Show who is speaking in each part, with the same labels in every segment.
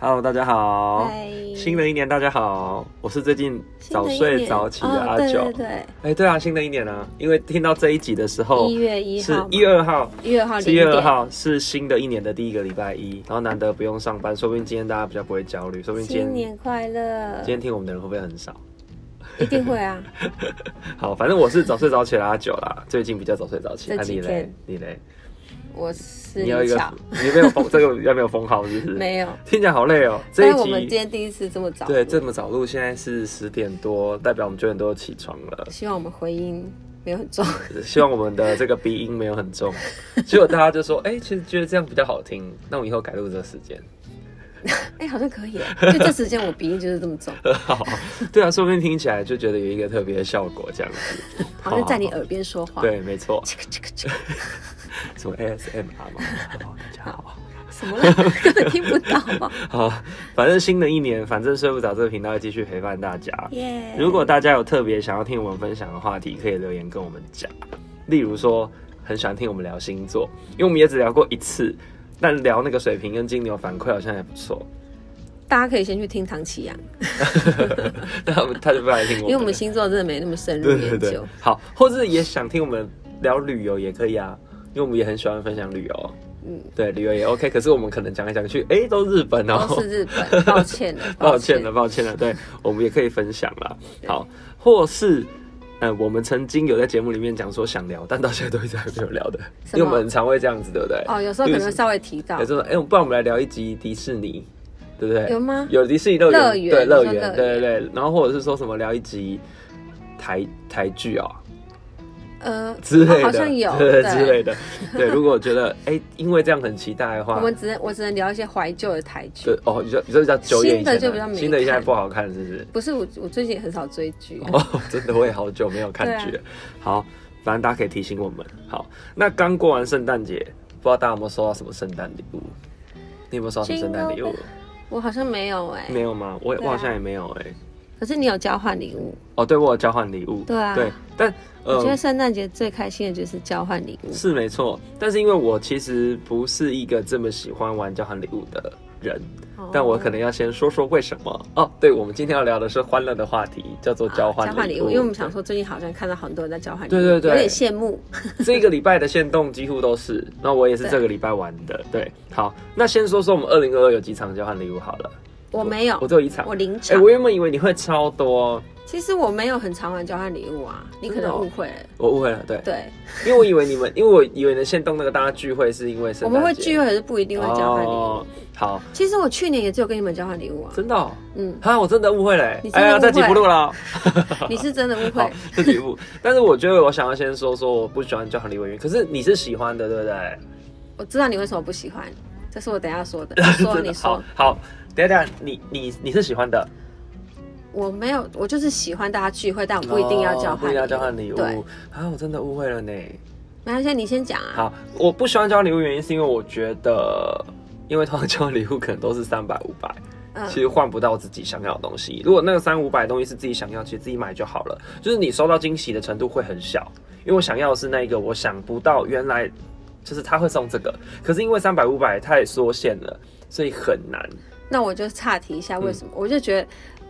Speaker 1: Hello，大家好，
Speaker 2: 嗨，
Speaker 1: 新的一年大家好，我是最近
Speaker 2: 新的
Speaker 1: 早
Speaker 2: 一
Speaker 1: 睡
Speaker 2: 年
Speaker 1: 早起的
Speaker 2: 哦
Speaker 1: 阿
Speaker 2: 对
Speaker 1: 九。
Speaker 2: 对对，
Speaker 1: 哎、对啊，新的一年啊，因为听到这一集的时候
Speaker 2: 一月一
Speaker 1: 哦是
Speaker 2: 号嘛，
Speaker 1: 一月二号，
Speaker 2: 一月二号
Speaker 1: 是一
Speaker 2: 零
Speaker 1: 月二
Speaker 2: 点，
Speaker 1: 号是新的一年的第一个礼拜一，然后难得不用上班，说不定今天大家比较不会焦虑，说不定今
Speaker 2: 新
Speaker 1: 天
Speaker 2: 年快乐
Speaker 1: 今，天听我们的人会不会很少？
Speaker 2: 一定会 啊，
Speaker 1: 好，反正我是早睡早起的阿九啦， 最近比较早睡早起。
Speaker 2: 这
Speaker 1: 那、
Speaker 2: 几
Speaker 1: 你嘞
Speaker 2: 天？
Speaker 1: 你嘞？
Speaker 2: 我是
Speaker 1: 你有一
Speaker 2: 李
Speaker 1: 个
Speaker 2: 巧，，
Speaker 1: 你没有封这个要没有封号是不是？
Speaker 2: 没有，
Speaker 1: 听起来好累哦。这
Speaker 2: 但
Speaker 1: 一
Speaker 2: 是我
Speaker 1: 集
Speaker 2: 们今天第一次这么早，
Speaker 1: 对，这么早录，现在是十点多，代表我们九点多起床了。
Speaker 2: 希望我们回音没有 很重，
Speaker 1: 希望我们的这个鼻音没有很 重。结果大家就说：“哎、其实觉得这样比较好听，那我们以后改录这个时间。
Speaker 2: 哎，好像可以耶，就这时间我鼻音就是这么重，”
Speaker 1: 好，对啊，说不定听起来就觉得有一个特别的效果这样子。
Speaker 2: 好像在你
Speaker 1: 好
Speaker 2: 耳边说话，
Speaker 1: 对，没错，
Speaker 2: 这个这个这个
Speaker 1: 什么 ASMR 嘛。 好大家好，
Speaker 2: 什么啦，根本听不到 啊嘛，
Speaker 1: 好，反正新的一年，反正睡不着这个频道会继续陪伴大家。
Speaker 2: 耶，
Speaker 1: 如果大家有特别想要听我们分享的话题，可以留言跟我们讲。例如说，很想听我们聊星座，因为我们也只聊过一次，但聊那个水瓶跟金牛反馈好像还不错。
Speaker 2: 大家可以先去听唐启阳，
Speaker 1: 哦但他们他就不来听我们了，
Speaker 2: 因为我们星座真的没那么深入
Speaker 1: 对
Speaker 2: 研
Speaker 1: 对对
Speaker 2: 究，，
Speaker 1: 好，或是也想听我们聊旅游也可以啊，因为我们也很喜欢分享旅游。嗯
Speaker 2: 嗯，
Speaker 1: 对，旅游也 OK，可是我们可能讲来讲去，哎、都日本哦、
Speaker 2: 都是 日本，抱歉了，
Speaker 1: 抱歉了，抱歉了， 对我们也可以分享啦。好，或是。呃，我们曾经有在节目里面讲说想聊，但到现在都一直还没有聊的，
Speaker 2: 什
Speaker 1: 因为
Speaker 2: 么
Speaker 1: 我们很常会这样子，对不对？
Speaker 2: 哦，有时候可能会稍微提到
Speaker 1: 有，时候，哎、不然我们来聊一集迪士尼，对不对？
Speaker 2: 有吗
Speaker 1: 有迪士尼乐
Speaker 2: 乐
Speaker 1: 园，
Speaker 2: 园
Speaker 1: 对
Speaker 2: 你说
Speaker 1: 乐
Speaker 2: 乐
Speaker 1: 园，
Speaker 2: 园
Speaker 1: 对对对。然后或者是说什么聊一集台台剧啊、
Speaker 2: 呃
Speaker 1: 之类的，
Speaker 2: 哦好像有
Speaker 1: 对
Speaker 2: 对
Speaker 1: 之类的。 对，如果我觉得哎、因为这样很期待的话，
Speaker 2: 我们只能我只能聊一些怀旧的台剧
Speaker 1: 就，哦，你说你说比较久远以
Speaker 2: 新的
Speaker 1: 前
Speaker 2: 就比较没
Speaker 1: 新的现在
Speaker 2: 看
Speaker 1: 不好看，是不是？
Speaker 2: 不是我我最近也很少追 剧，
Speaker 1: 哦，真的，我也好久没有看
Speaker 2: 啊
Speaker 1: 剧了。好，反正大家可以提醒我们。好，那刚过完圣诞节，不知道大家有没有收到什么圣诞礼物？你有没有收到什么圣诞礼物？
Speaker 2: 我好像没有哎、
Speaker 1: 没有吗？我也、
Speaker 2: 对
Speaker 1: 我
Speaker 2: 啊
Speaker 1: 好像也没有哎、
Speaker 2: 可是你有交换礼物，
Speaker 1: 哦，对我有交换礼物。
Speaker 2: 对啊
Speaker 1: 对，但
Speaker 2: 我觉得
Speaker 1: 呃
Speaker 2: 圣诞节最开心的就是交换礼物。
Speaker 1: 是没错，但是因为我其实不是一个这么喜欢玩交换礼物的人，
Speaker 2: 哦
Speaker 1: 但我可能要先说说为什么哦。对，我们今天要聊的是欢乐的话题，叫做
Speaker 2: 啊
Speaker 1: 交换
Speaker 2: 交换
Speaker 1: 礼
Speaker 2: 礼
Speaker 1: 物。
Speaker 2: 因为我们想说最近好像看到很多人在交换礼物，
Speaker 1: 对对对
Speaker 2: 有点羡慕。
Speaker 1: 这个礼拜的限动几乎都是，那我也是
Speaker 2: 对
Speaker 1: 这个礼拜玩的。对，好，那先说说我们二零二二有几场交换礼物好了。
Speaker 2: 我没有，
Speaker 1: 我只有一场。
Speaker 2: 我零
Speaker 1: 哎、
Speaker 2: 场。
Speaker 1: 我原本以为你会超多，
Speaker 2: 其实我没有很常玩交换礼物啊，你可
Speaker 1: 真的
Speaker 2: 能
Speaker 1: 哦
Speaker 2: 误会了。
Speaker 1: 我误会了。对，
Speaker 2: 对，
Speaker 1: 因为我以为你们，因为我以为你的限动那个大家聚会是因为圣
Speaker 2: 我们会
Speaker 1: 诞节
Speaker 2: 聚会，可是不一定会交换礼物。
Speaker 1: 哦，好，
Speaker 2: 其实我去年也只有跟你们交换礼物啊。
Speaker 1: 真的、哦，
Speaker 2: 嗯，
Speaker 1: 哈，我真的误会了、欸
Speaker 2: 你。真
Speaker 1: 哎
Speaker 2: 的
Speaker 1: 呀，
Speaker 2: 误
Speaker 1: 这集
Speaker 2: 会
Speaker 1: 不录了哦。
Speaker 2: 你是真的误
Speaker 1: 好
Speaker 2: 会。，
Speaker 1: 这集不录。但是我觉得我想要先说说我不喜欢交换礼物的原因，可是你是喜欢的，对不对？
Speaker 2: 我知道你为什么不喜欢，这是我等一下 说的。哦你说
Speaker 1: 真的
Speaker 2: 你说
Speaker 1: 好，好，等一下等一下，你你你是喜欢的。
Speaker 2: 我没有，我就是喜欢大家聚会，但我不一定要交
Speaker 1: 哦不一
Speaker 2: 换、
Speaker 1: 定要交换礼物
Speaker 2: 对，
Speaker 1: 啊！我真的误会了呢。
Speaker 2: 没关系，你先讲啊。
Speaker 1: 好，我不喜欢交换礼物，原因是因为我觉得，因为通常交换礼物可能都是三百五百，
Speaker 2: 嗯
Speaker 1: 其实换不到自己想要的东西。如果那个三五百东西是自己想要，其实自己买就好了。就是你收到惊喜的程度会很小，因为我想要的是那一个我想不到原来就是他会送这个，可是因为三百五百太缩限了，所以很难。
Speaker 2: 那我就岔题一下，为什
Speaker 1: 嗯
Speaker 2: 么？我就觉得，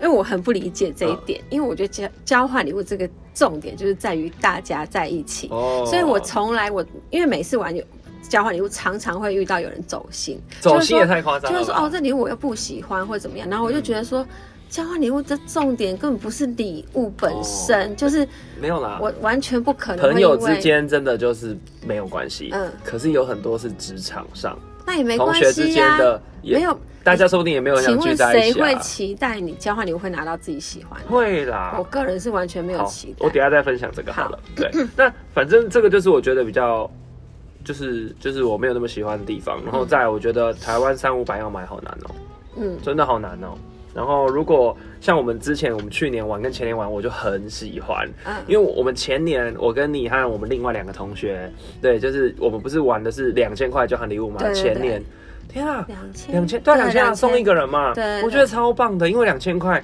Speaker 2: 因为我很不理解这一点，因为我觉得交交换礼物这个重点就是在于大家在一起，
Speaker 1: 哦
Speaker 2: 所以我从来我因为每次玩有交换礼物，常常会遇到有人走心，
Speaker 1: 走
Speaker 2: 就是
Speaker 1: 心
Speaker 2: 说
Speaker 1: 也太夸张
Speaker 2: 就
Speaker 1: 了吧，
Speaker 2: 是说哦，这礼物我又不喜欢或者怎么样，然后我就觉得说。
Speaker 1: 嗯
Speaker 2: 交换礼物的重点根本不是礼物本
Speaker 1: 哦
Speaker 2: 身，就是
Speaker 1: 没有啦，
Speaker 2: 我完全不可能会
Speaker 1: 朋友
Speaker 2: 因为
Speaker 1: 之间真的就是没有关系，
Speaker 2: 嗯
Speaker 1: 可是有很多是职场上、
Speaker 2: 那也没
Speaker 1: 同
Speaker 2: 关
Speaker 1: 学之
Speaker 2: 系
Speaker 1: 间
Speaker 2: 呀、
Speaker 1: 的也，
Speaker 2: 没有。
Speaker 1: 大家说不定也没有很
Speaker 2: 请
Speaker 1: 想聚
Speaker 2: 问
Speaker 1: 在一
Speaker 2: 谁
Speaker 1: 起、啊。
Speaker 2: 会期待你交换礼物会拿到自己喜欢的？
Speaker 1: 会啦，
Speaker 2: 我个人是完全没有
Speaker 1: 好
Speaker 2: 期，待
Speaker 1: 我等一。下再分享这个好了。 对，那反正这个就是我觉得比较，就是就是我没有那么喜欢的地方。然后再来我觉得台湾三五百要买好难哦、
Speaker 2: 嗯，
Speaker 1: 真的好难哦、然后如果像我们之前，我们去年玩跟前年玩，我就很喜欢，
Speaker 2: 嗯
Speaker 1: 因为我们前年我跟你和我们另外两个同学，对，就是我们不是玩的是两千块交换礼物嘛？
Speaker 2: 对对对
Speaker 1: 前年，天啊，
Speaker 2: 两千
Speaker 1: 两千对两千啊，送一个人嘛，
Speaker 2: 对对对
Speaker 1: 我觉得超棒的，因为两千块。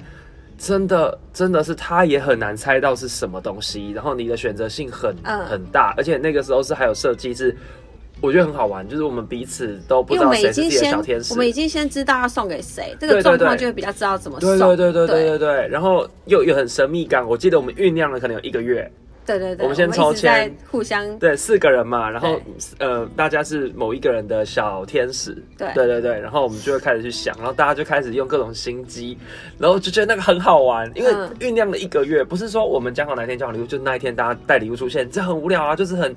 Speaker 1: 真的，真的是他也很难猜到是什么东西，然后你的选择性很、
Speaker 2: 嗯
Speaker 1: 很大，而且那个时候是还有设计是，我觉得很好玩，就是我们彼此都不
Speaker 2: 啊因
Speaker 1: 知
Speaker 2: 为我
Speaker 1: 道
Speaker 2: 们
Speaker 1: 谁是
Speaker 2: 已
Speaker 1: 自
Speaker 2: 经
Speaker 1: 己的
Speaker 2: 先
Speaker 1: 小天，使
Speaker 2: 我。们已经先知道要送给谁，这
Speaker 1: 对
Speaker 2: 个
Speaker 1: 对
Speaker 2: 状况
Speaker 1: 对
Speaker 2: 就会比较知道怎么
Speaker 1: 对
Speaker 2: 送。
Speaker 1: 对对对对
Speaker 2: 对
Speaker 1: 对对，然后又有很神秘感。我记得我们酝酿了可能有一个月，
Speaker 2: 对对对，
Speaker 1: 我们先
Speaker 2: 一
Speaker 1: 抽
Speaker 2: 直
Speaker 1: 签
Speaker 2: 在互相
Speaker 1: 对，四个人嘛，然后
Speaker 2: 对
Speaker 1: 呃，大家是某一个人的小天使，
Speaker 2: 对
Speaker 1: 对对对，然后我们就会开始去想，然后大家就开始用各种心机，然后就觉得那个很好玩，因为
Speaker 2: 嗯
Speaker 1: 酝酿了一个月，不是说我们讲好哪天交换礼物，就那一天大家带礼物出现，这很无聊啊，就是很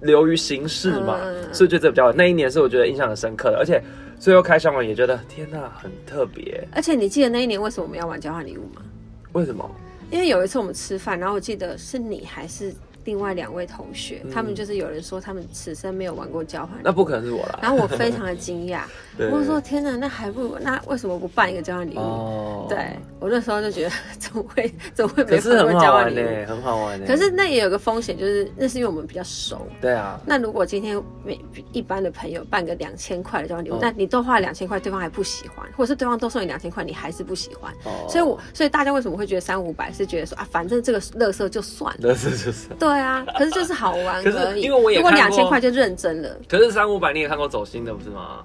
Speaker 1: 流于形式嘛，
Speaker 2: 嗯嗯嗯
Speaker 1: 所以就这比较那一年是我觉得印象很深刻的，而且最后开箱完也觉得天呐，很特别，
Speaker 2: 而且你记得那一年为什么我们要玩交换礼物吗？
Speaker 1: 为什么？
Speaker 2: 因为有一次我们吃饭，然后我记得是你还是另外两位同学，
Speaker 1: 嗯
Speaker 2: 他们就是有人说他们此生没有玩过交换礼
Speaker 1: 那
Speaker 2: 物，
Speaker 1: 不可能是我 啦，
Speaker 2: 然后我非常的惊讶，
Speaker 1: 对
Speaker 2: 我说天哪，那还不如那为什么不办一个交换礼物？
Speaker 1: 哦，
Speaker 2: 对，我那时候就觉得 怎么会怎么会没
Speaker 1: 可是
Speaker 2: 玩
Speaker 1: 很
Speaker 2: 过
Speaker 1: 好
Speaker 2: 交换
Speaker 1: 玩欸
Speaker 2: 礼
Speaker 1: 呢、
Speaker 2: 物？
Speaker 1: 很好玩呢、
Speaker 2: 可是那也有个风险，就是那是因为我们比较熟。
Speaker 1: 对啊，
Speaker 2: 那如果今天每一般的朋友办个两千块的交换礼物，
Speaker 1: 嗯
Speaker 2: 那你都花了两千块，对方还不喜欢，或者是对方都送你两千块，你还是不喜欢，
Speaker 1: 哦
Speaker 2: 所以我所以大家为什么会觉得三五百是觉得说啊，反正这个乐色就算了。
Speaker 1: 那是 就是。
Speaker 2: 对啊，可是就是好玩
Speaker 1: 可是
Speaker 2: 而已。
Speaker 1: 因为我也
Speaker 2: 如果
Speaker 1: 看
Speaker 2: 两
Speaker 1: 过
Speaker 2: 千块就认真了，
Speaker 1: 可是三五百你也看过走心的不是吗？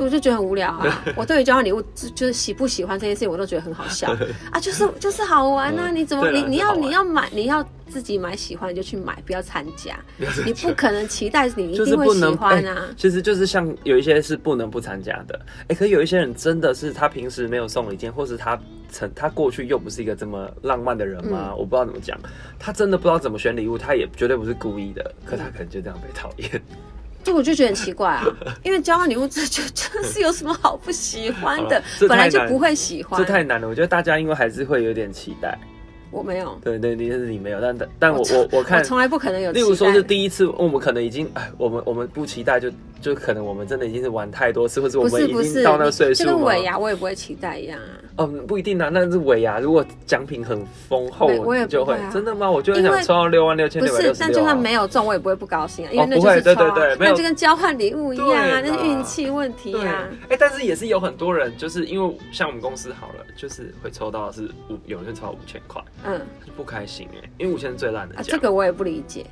Speaker 2: 我就觉得很无聊啊。我对于交换礼物就就是喜不喜欢这件事情，我都觉得很好 笑啊，就是就是好玩啊。
Speaker 1: 嗯
Speaker 2: 你怎么
Speaker 1: 对啦
Speaker 2: 你你
Speaker 1: 是好
Speaker 2: 要
Speaker 1: 玩
Speaker 2: 你要买，你要自己买喜欢你就去买，不要参加。你不可能期待你一
Speaker 1: 就是
Speaker 2: 定会
Speaker 1: 不
Speaker 2: 喜
Speaker 1: 能
Speaker 2: 欢
Speaker 1: 哎
Speaker 2: 啊。
Speaker 1: 其实就是像有一些是不能不参加的，哎、可是有一些人真的是他平时没有送礼件，或是他曾他过去又不是一个这么浪漫的人嘛，
Speaker 2: 嗯
Speaker 1: 我不知道怎么讲，他真的不知道怎么选礼物，他也绝对不是故意的，可他
Speaker 2: 嗯
Speaker 1: 可能就这样被讨 厌。
Speaker 2: 就我就觉得很奇怪啊，因为交换礼物这就 就是有什么好不喜欢
Speaker 1: 好
Speaker 2: 的
Speaker 1: 了这，
Speaker 2: 本来
Speaker 1: 太
Speaker 2: 就
Speaker 1: 难
Speaker 2: 不会喜欢
Speaker 1: 这。太难了，我觉得大家因为还是会有点期待，
Speaker 2: 我没有，
Speaker 1: 对对，你是你没有，但但但我我我
Speaker 2: 我
Speaker 1: 看。
Speaker 2: 从来不可能有期
Speaker 1: 例
Speaker 2: 待。
Speaker 1: 如说是第一次，我们可能已经，哎，我们我们不期待就，就可能我们真的已经是玩太多次，或者我
Speaker 2: 不
Speaker 1: 们
Speaker 2: 是
Speaker 1: 已
Speaker 2: 不
Speaker 1: 经
Speaker 2: 是，
Speaker 1: 到那个岁数
Speaker 2: 就跟
Speaker 1: 了
Speaker 2: 尾牙我也不会期待一样啊。
Speaker 1: 嗯，不一定啊，那是尾牙，如果奖品很丰厚，
Speaker 2: 没我也
Speaker 1: 你就
Speaker 2: 不
Speaker 1: 会
Speaker 2: 会啊
Speaker 1: 真的吗？我就很
Speaker 2: 因
Speaker 1: 想
Speaker 2: 为
Speaker 1: 抽到六万六千
Speaker 2: 不
Speaker 1: 六百
Speaker 2: 是
Speaker 1: 六，十
Speaker 2: 但
Speaker 1: 六
Speaker 2: 就
Speaker 1: 啊
Speaker 2: 算！没有中，我也不会不高兴啊，因为
Speaker 1: 哦
Speaker 2: 那
Speaker 1: 不
Speaker 2: 就
Speaker 1: 会
Speaker 2: 是抽、啊
Speaker 1: 对对对没
Speaker 2: 那
Speaker 1: 有
Speaker 2: 就跟交换礼物一样啊，
Speaker 1: 对啦
Speaker 2: 那是运气问题
Speaker 1: 对，
Speaker 2: 啊
Speaker 1: 哎。、但是也是有很多人，就是因为像我们公司好了，就是会抽到的是五，有人就抽到五千块，
Speaker 2: 嗯，
Speaker 1: 就不开心哎、因为五千是最烂的
Speaker 2: 啊，
Speaker 1: 奖、
Speaker 2: 这个我也不理解，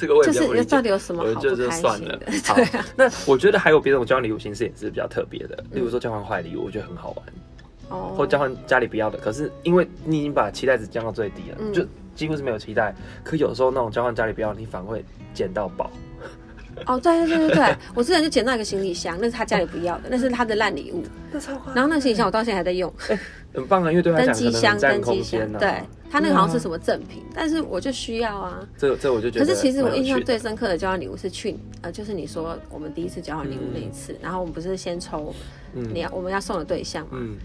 Speaker 1: 这个我也
Speaker 2: 就
Speaker 1: 比较不
Speaker 2: 是
Speaker 1: 理
Speaker 2: 到
Speaker 1: 解。
Speaker 2: 底有什么
Speaker 1: 我
Speaker 2: 好
Speaker 1: 就
Speaker 2: 不
Speaker 1: 就
Speaker 2: 开
Speaker 1: 算
Speaker 2: 心
Speaker 1: 了
Speaker 2: 的？。
Speaker 1: 好
Speaker 2: 对啊，，
Speaker 1: 那我觉得还有别种交换礼物形式也是比较特别的，例如说交换坏礼物，我觉得很好玩，
Speaker 2: 哦
Speaker 1: 或交换家里不要的。可是因为你已经把期待值降到最低了，
Speaker 2: 嗯
Speaker 1: 就几乎是没有期待。可有时候那种交换家里不要，你反而会捡到宝。
Speaker 2: 哦，对对对对 对，我之前就捡到一个行李箱，那是他家里不要的，那是他的烂礼物，
Speaker 1: 那超夸
Speaker 2: 然后那个行李箱我到现在还在用，
Speaker 1: 很棒啊，因为对他
Speaker 2: 登
Speaker 1: 讲可
Speaker 2: 机
Speaker 1: 能
Speaker 2: 箱
Speaker 1: 很占
Speaker 2: 登
Speaker 1: 空
Speaker 2: 机箱
Speaker 1: 间，啊呢、
Speaker 2: 对，他那个好像是什么赠品，但是我就需要啊。
Speaker 1: 这这我就觉
Speaker 2: 可
Speaker 1: 得。
Speaker 2: 是其实我印象最，深刻的交换礼物是去呃，就是你说我们第一次交换礼物那一次，然后我们不是先抽你
Speaker 1: 嗯
Speaker 2: 要我们要送的对象嘛，
Speaker 1: 嗯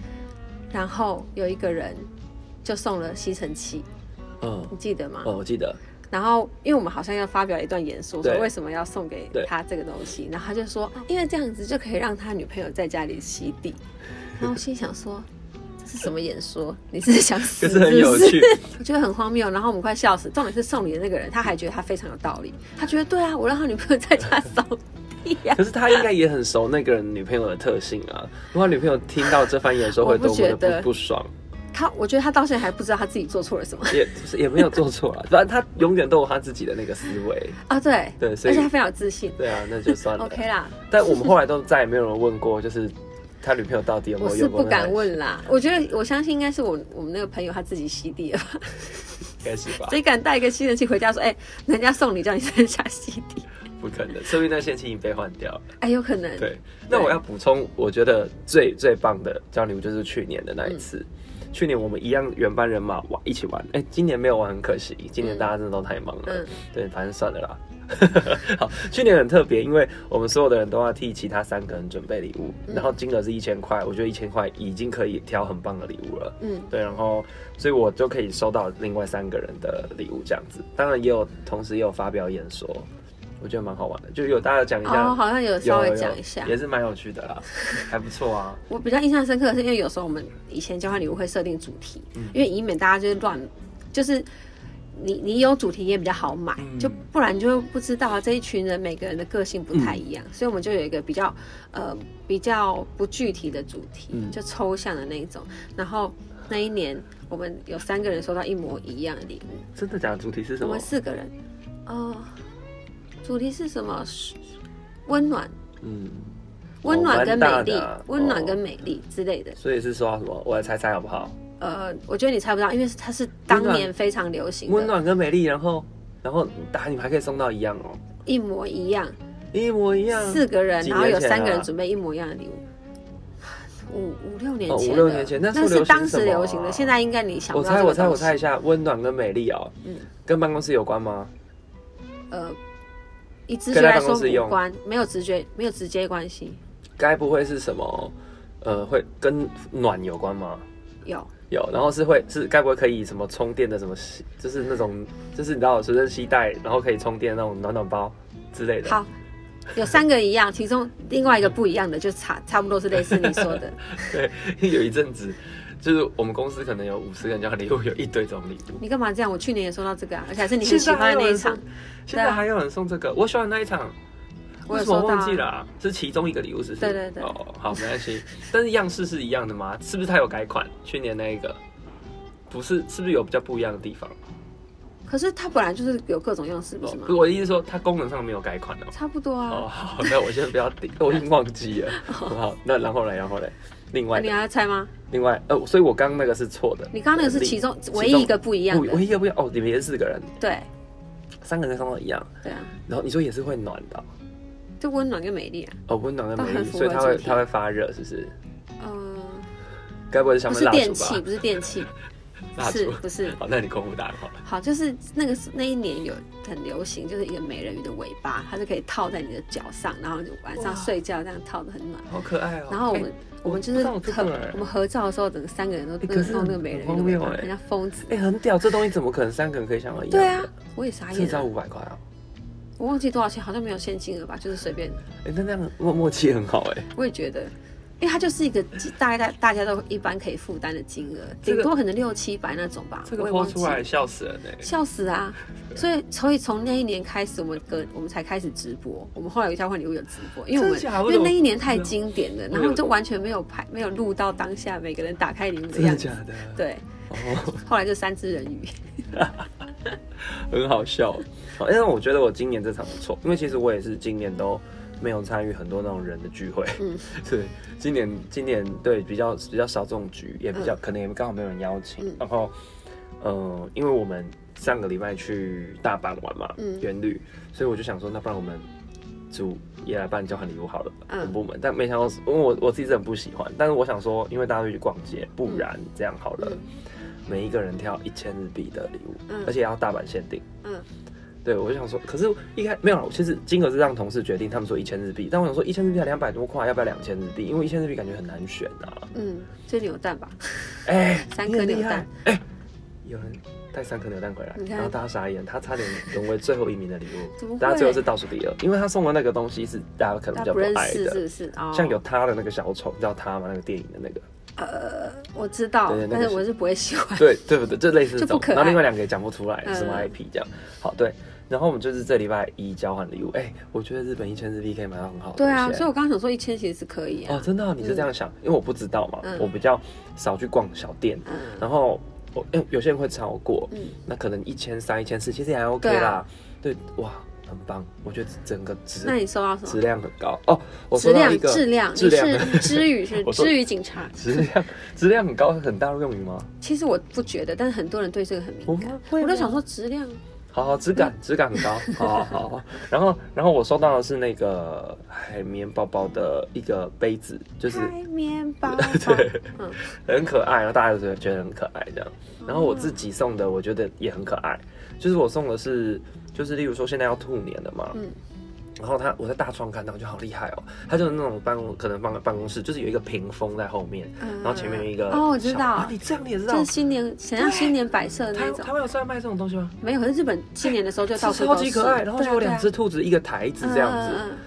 Speaker 2: 然后有一个人就送了吸尘器，
Speaker 1: 嗯，
Speaker 2: 你记得吗？
Speaker 1: 哦，我 记得，
Speaker 2: 然后因为我们好像要发表一段演说，
Speaker 1: 对
Speaker 2: 说为什么要送给他这个东西，然后他就说，啊因为这样子就可以让他女朋友在家里吸 地。然后我心想说。这是什么演说？你是想死
Speaker 1: 可是
Speaker 2: 是不
Speaker 1: 很
Speaker 2: 是？
Speaker 1: 有趣，
Speaker 2: 我觉得很荒谬，然后我们快笑死。重点是送礼的那个人，他还觉得他非常有道理，他觉得对啊，我让他女朋友在家扫地啊 呀、
Speaker 1: 可是他应该也很熟那个人女朋友的特性啊。如果他女朋友听到这番演说，
Speaker 2: 我
Speaker 1: 会
Speaker 2: 不
Speaker 1: 多么
Speaker 2: 觉得
Speaker 1: 的不不爽，
Speaker 2: 他我觉得他到现在还不知道他自己做错了什么
Speaker 1: 也也没有做错了，反正他永远都有他自己的那个思维。
Speaker 2: 啊，对，
Speaker 1: 对所
Speaker 2: 而
Speaker 1: 以
Speaker 2: 且他非常有自信。
Speaker 1: 对啊，那就算了。
Speaker 2: OK 啦，
Speaker 1: 但我们后来都再也没有人问过，就是他女朋友到底有没
Speaker 2: 我
Speaker 1: 有
Speaker 2: 是
Speaker 1: 用
Speaker 2: 不
Speaker 1: 过那台？
Speaker 2: 敢问啦。我觉得我相信应该是我我们那个朋友他自己吸地了吧，
Speaker 1: 应该是吧？
Speaker 2: 谁敢带一个吸尘器回家说，哎、人家送你叫你 在家吸地？
Speaker 1: 不可能，说不定那现金已经被换掉了。
Speaker 2: 哎，有可能。
Speaker 1: 对，那我要补充，我觉得最最棒的交换礼物就是去年的那一次。
Speaker 2: 嗯
Speaker 1: 去年我们一样原班人马玩一起玩，哎、今年没有玩很可惜，今年大家真的都太忙了。
Speaker 2: 嗯嗯
Speaker 1: 对，反正算了啦。 好，去年很特别，因为我们所有的人都要替其他三个人准备礼物，
Speaker 2: 嗯
Speaker 1: 然后金额是一千块，我觉得一千块已经可以挑很棒的礼物了。
Speaker 2: 嗯，
Speaker 1: 对，然后所以我就可以收到另外三个人的礼物这样子，当然也有同时也有发表演说，我觉得蛮好玩的，就有大家讲一下，
Speaker 2: 哦，好像有稍微
Speaker 1: 有
Speaker 2: 讲一下
Speaker 1: 有。也是蛮有趣的啦，还不错啊。
Speaker 2: 我比较印象深刻的是，因为有时候我们以前交换礼物会设定主题，
Speaker 1: 嗯
Speaker 2: 因为以免大家就是乱，就是你你有主题也比较好买，
Speaker 1: 嗯
Speaker 2: 就不然就不知道这一群人每个人的个性不太一样，
Speaker 1: 嗯
Speaker 2: 所以我们就有一个比较呃比较不具体的主题，
Speaker 1: 嗯
Speaker 2: 就抽象的那一种。然后那一年我们有三个人收到一模一样的礼物，
Speaker 1: 哦真的假的？主题是什
Speaker 2: 我
Speaker 1: 么
Speaker 2: 们？四个人，哦、呃主题是什么？是温暖、
Speaker 1: 嗯，
Speaker 2: 温暖跟美丽
Speaker 1: 蛮大的啊、
Speaker 2: 温暖跟
Speaker 1: 哦
Speaker 2: 美丽之类的。
Speaker 1: 所以是说到什么？我来猜猜好不好？
Speaker 2: 呃，我觉得你猜不到，因为它是当
Speaker 1: 温暖
Speaker 2: 年非常流行
Speaker 1: 温
Speaker 2: 的，
Speaker 1: 暖跟美丽，然后然后打你们还可以送到一样哦，
Speaker 2: 一模一样，
Speaker 1: 一模一样。
Speaker 2: 四个人，
Speaker 1: 几
Speaker 2: 然后有
Speaker 1: 年前
Speaker 2: 三个人
Speaker 1: 啊
Speaker 2: 准备一模一样的礼物。五五六年
Speaker 1: 哦
Speaker 2: 前了，
Speaker 1: 五六年前那时候
Speaker 2: 那是
Speaker 1: 流行
Speaker 2: 当时
Speaker 1: 什么啊
Speaker 2: 流行的，现在应该你想
Speaker 1: 我
Speaker 2: 不到
Speaker 1: 猜
Speaker 2: 这
Speaker 1: 我
Speaker 2: 个
Speaker 1: 猜
Speaker 2: 东
Speaker 1: 我
Speaker 2: 西
Speaker 1: 猜一下，温暖跟美丽哦，
Speaker 2: 嗯
Speaker 1: 跟办公室有关吗？
Speaker 2: 呃，以直觉
Speaker 1: 跟他
Speaker 2: 来
Speaker 1: 办公
Speaker 2: 说
Speaker 1: 室用
Speaker 2: 无关，没有直觉，没有直接关系。
Speaker 1: 该不会是什么？呃，会跟暖有关吗？
Speaker 2: 有，
Speaker 1: 有，然后是会是该不会可以什么充电的什么吸，就是那种就是你知道随身携带，然后可以充电那种暖暖包之类的。
Speaker 2: 好，有三个一样，其中另外一个不一样的，就差差不多是类似你说 的。
Speaker 1: 对，有一阵子就是我们公司可能有五十个人要礼物，有一堆这种礼物。
Speaker 2: 你干嘛这样？我去年也收到这个啊，而且还是你
Speaker 1: 现
Speaker 2: 很
Speaker 1: 在还
Speaker 2: 喜欢
Speaker 1: 有
Speaker 2: 的那
Speaker 1: 人
Speaker 2: 一
Speaker 1: 送
Speaker 2: 场，，啊
Speaker 1: 现在还有人送这个，我喜欢那一场。
Speaker 2: 我
Speaker 1: 为
Speaker 2: 有
Speaker 1: 什么
Speaker 2: 收到、
Speaker 1: 忘记了
Speaker 2: 啊。
Speaker 1: 啊？是其中一个礼物是不是？
Speaker 2: 对对对
Speaker 1: 哦，好，没关系。但是样式是一样的吗？是不是它有改款？去年那一个不是？是不是有比较不一样的地方？
Speaker 2: 可是它本来就是有各种样式，不是吗
Speaker 1: 哦不是？我的意思是说，它功能上没有改款哦。
Speaker 2: 差不多
Speaker 1: 哦，
Speaker 2: 啊。哦
Speaker 1: 好，那我先不要顶，我已经忘记了。好，那然后嘞，然后嘞，另外
Speaker 2: 啊你
Speaker 1: 的，
Speaker 2: 还要猜吗？
Speaker 1: 另外，呃，所以我刚刚那个是错的。
Speaker 2: 你刚刚那个是其中唯一一个不
Speaker 1: 一
Speaker 2: 一样
Speaker 1: 唯
Speaker 2: 的，
Speaker 1: 一一个不一样哦，你们也是四个人，
Speaker 2: 对
Speaker 1: 三个人刚到一样，
Speaker 2: 对啊，
Speaker 1: 然后你说也是会暖的哦
Speaker 2: 就温暖跟美丽啊。
Speaker 1: 哦，温暖跟
Speaker 2: 都
Speaker 1: 美
Speaker 2: 很
Speaker 1: 丽，
Speaker 2: 符
Speaker 1: 所以
Speaker 2: 合
Speaker 1: 它会
Speaker 2: 主题
Speaker 1: 它会发热，是不是？
Speaker 2: 呃，
Speaker 1: 该不会是上
Speaker 2: 不
Speaker 1: 面
Speaker 2: 是
Speaker 1: 蜡
Speaker 2: 电
Speaker 1: 烛
Speaker 2: 器，
Speaker 1: 吧？
Speaker 2: 不是电器，
Speaker 1: 蜡
Speaker 2: 是
Speaker 1: 烛。
Speaker 2: 不是？
Speaker 1: 好，那你公布答案好了。
Speaker 2: 好，就是那个是那一年有很流行，就是一个美人鱼的尾巴，它是可以套在你的脚上，然后你晚上
Speaker 1: 哇
Speaker 2: 睡觉这样套的很暖。
Speaker 1: 好可爱哦。
Speaker 2: 然后我们、
Speaker 1: 哎
Speaker 2: 我们就
Speaker 1: 不知
Speaker 2: 是
Speaker 1: 道有这
Speaker 2: 合
Speaker 1: 个哎
Speaker 2: 我们合照的时候，整个三个人都
Speaker 1: 哎可是
Speaker 2: 弄那个
Speaker 1: 很
Speaker 2: 美人鱼
Speaker 1: 荒
Speaker 2: 的尾
Speaker 1: 谬
Speaker 2: 巴，
Speaker 1: 哎
Speaker 2: 人家疯子。
Speaker 1: 哎，很屌，这东西怎么可能三个人可以想到一样？
Speaker 2: 对啊，，我也傻
Speaker 1: 这
Speaker 2: 眼
Speaker 1: 只要
Speaker 2: 了，
Speaker 1: 五百块啊！
Speaker 2: 我忘记多少钱，好像没有现金了吧，就是随便。
Speaker 1: 哎，那那样默默契很好哎。
Speaker 2: 我也觉得，因为它就是一个大概大大家都一般可以负担的金额，
Speaker 1: 这
Speaker 2: 顶
Speaker 1: 个
Speaker 2: 多可能六七百那种吧，
Speaker 1: 这
Speaker 2: 我
Speaker 1: 个
Speaker 2: 也
Speaker 1: 播
Speaker 2: 忘记
Speaker 1: 出
Speaker 2: 了。
Speaker 1: 来笑死人哎。
Speaker 2: 笑死啊！所以，所以从那一年开始，我们跟我们才开始直播。我们后来有交换礼物有直播，因为我们
Speaker 1: 真假
Speaker 2: 因
Speaker 1: 我
Speaker 2: 为
Speaker 1: 怎么
Speaker 2: 那一年太经典了，
Speaker 1: 知道
Speaker 2: 然后就完全没有拍，没有录到当下每个人打开礼物的
Speaker 1: 真的
Speaker 2: 样子
Speaker 1: 假。的？
Speaker 2: 对，
Speaker 1: 哦，
Speaker 2: 后来就三只人鱼。
Speaker 1: 很好笑。好，因为我觉得我今年这场不错，因为其实我也是今年都没有参与很多那种人的聚会。
Speaker 2: 嗯，
Speaker 1: 是今年今年对比较比较少这种局，也比较、可能也刚好没有人邀请。
Speaker 2: 嗯
Speaker 1: 然后，呃，因为我们上个礼拜去大阪玩嘛，
Speaker 2: 嗯
Speaker 1: 元旅，所以我就想说，那不然我们。组也来办交换礼物好了，
Speaker 2: 嗯
Speaker 1: 很部门，但没想到，因为我我自己是很不喜欢，但是我想说，因为大家都去逛街，不然这样好了，
Speaker 2: 嗯
Speaker 1: 每一个人挑一千日币的礼物，
Speaker 2: 嗯
Speaker 1: 而且要大阪限定。
Speaker 2: 嗯
Speaker 1: 对，我就想说，可是一开没有啦，我其实金额是让同事决定，他们说一千日币，但我想说一千日币才两百多块，要不要两千日币？因为一千日币感觉很难选啊。
Speaker 2: 嗯，就扭蛋吧，
Speaker 1: 哎、
Speaker 2: 三
Speaker 1: 你
Speaker 2: 颗
Speaker 1: 很厉
Speaker 2: 扭
Speaker 1: 害
Speaker 2: 蛋。
Speaker 1: 哎、有人带三颗扭蛋回来，
Speaker 2: 你看
Speaker 1: 然后大家傻眼，他差点沦为最后一名的礼
Speaker 2: 怎么
Speaker 1: 物，
Speaker 2: 会
Speaker 1: 大家最后是倒数第二，因为他送的那个东西是大家可能
Speaker 2: 大
Speaker 1: 比
Speaker 2: 家
Speaker 1: 较不
Speaker 2: 不认
Speaker 1: 爱
Speaker 2: 识是
Speaker 1: 的。
Speaker 2: 不是？哦，
Speaker 1: 像有他的那个小丑，你知道他吗？那个电影的那个，
Speaker 2: 呃我知道
Speaker 1: 对对，那
Speaker 2: 但
Speaker 1: 个
Speaker 2: 是我是不会喜 欢。
Speaker 1: 对对不对？就类似这
Speaker 2: 就不
Speaker 1: 种，
Speaker 2: 可爱
Speaker 1: 然后另外两个也讲不出来
Speaker 2: 嗯
Speaker 1: 什么 IP 这样。好，对，然后我们就是这礼拜一交换礼物，哎、我觉得日本一千日币可以买到很好的
Speaker 2: 对
Speaker 1: 东西、
Speaker 2: 啊，
Speaker 1: 哎
Speaker 2: 所以我刚刚想说一千其实是可以
Speaker 1: 哦
Speaker 2: 啊，。
Speaker 1: 真的啊、你是这样想？因为我不知道嘛，
Speaker 2: 嗯
Speaker 1: 我比较少去逛小店，
Speaker 2: 嗯
Speaker 1: 然后我因为有些人会超过，
Speaker 2: 嗯
Speaker 1: 那可能一千三、一千四，其实也还 OK
Speaker 2: 对
Speaker 1: 啦
Speaker 2: 啊。
Speaker 1: 对，哇，很棒，我觉得整个质
Speaker 2: 那你收到什
Speaker 1: 质
Speaker 2: 么？
Speaker 1: 量很高哦。我
Speaker 2: 质
Speaker 1: 收到一
Speaker 2: 量
Speaker 1: 个
Speaker 2: 质量，
Speaker 1: 质
Speaker 2: 你
Speaker 1: 量
Speaker 2: 是知 语是
Speaker 1: 我说
Speaker 2: 知语警察。
Speaker 1: 质量质量很高，很大陆用语吗？
Speaker 2: 其实我不觉得，但是很多人对这个很敏
Speaker 1: 我
Speaker 2: 感。
Speaker 1: 吗会啊
Speaker 2: 我
Speaker 1: 吗
Speaker 2: 都想说质量，
Speaker 1: 好好，质 感质感很高，好好好好。然后然后我收到的是那个海绵宝宝的一个杯子，就是
Speaker 2: 海绵宝宝，
Speaker 1: 对
Speaker 2: 嗯，
Speaker 1: 很可爱，然后大家就觉得很可爱这样。然后我自己送的，我觉得也很可爱，就是我送的是，就是例如说现在要兔年了嘛，
Speaker 2: 嗯
Speaker 1: 然后他我在大创看到就好厉害哦，他就是那种办公可能办办公室就是有一个屏风在后面，
Speaker 2: 嗯
Speaker 1: 然后前面有一个
Speaker 2: 哦，我知
Speaker 1: 小
Speaker 2: 道
Speaker 1: 啊，你这样你也知
Speaker 2: 就
Speaker 1: 道
Speaker 2: 是，新年，想要新年摆设的
Speaker 1: 台
Speaker 2: 那
Speaker 1: 湾
Speaker 2: 种
Speaker 1: 台，湾有在卖这种东西吗？
Speaker 2: 没有。可是日本新年的时候就到处
Speaker 1: 超
Speaker 2: 都
Speaker 1: 级
Speaker 2: 是，
Speaker 1: 可爱，然后
Speaker 2: 对
Speaker 1: 就
Speaker 2: 啊
Speaker 1: 有
Speaker 2: 对啊
Speaker 1: 两只兔子，一个台子这样子，
Speaker 2: 嗯嗯嗯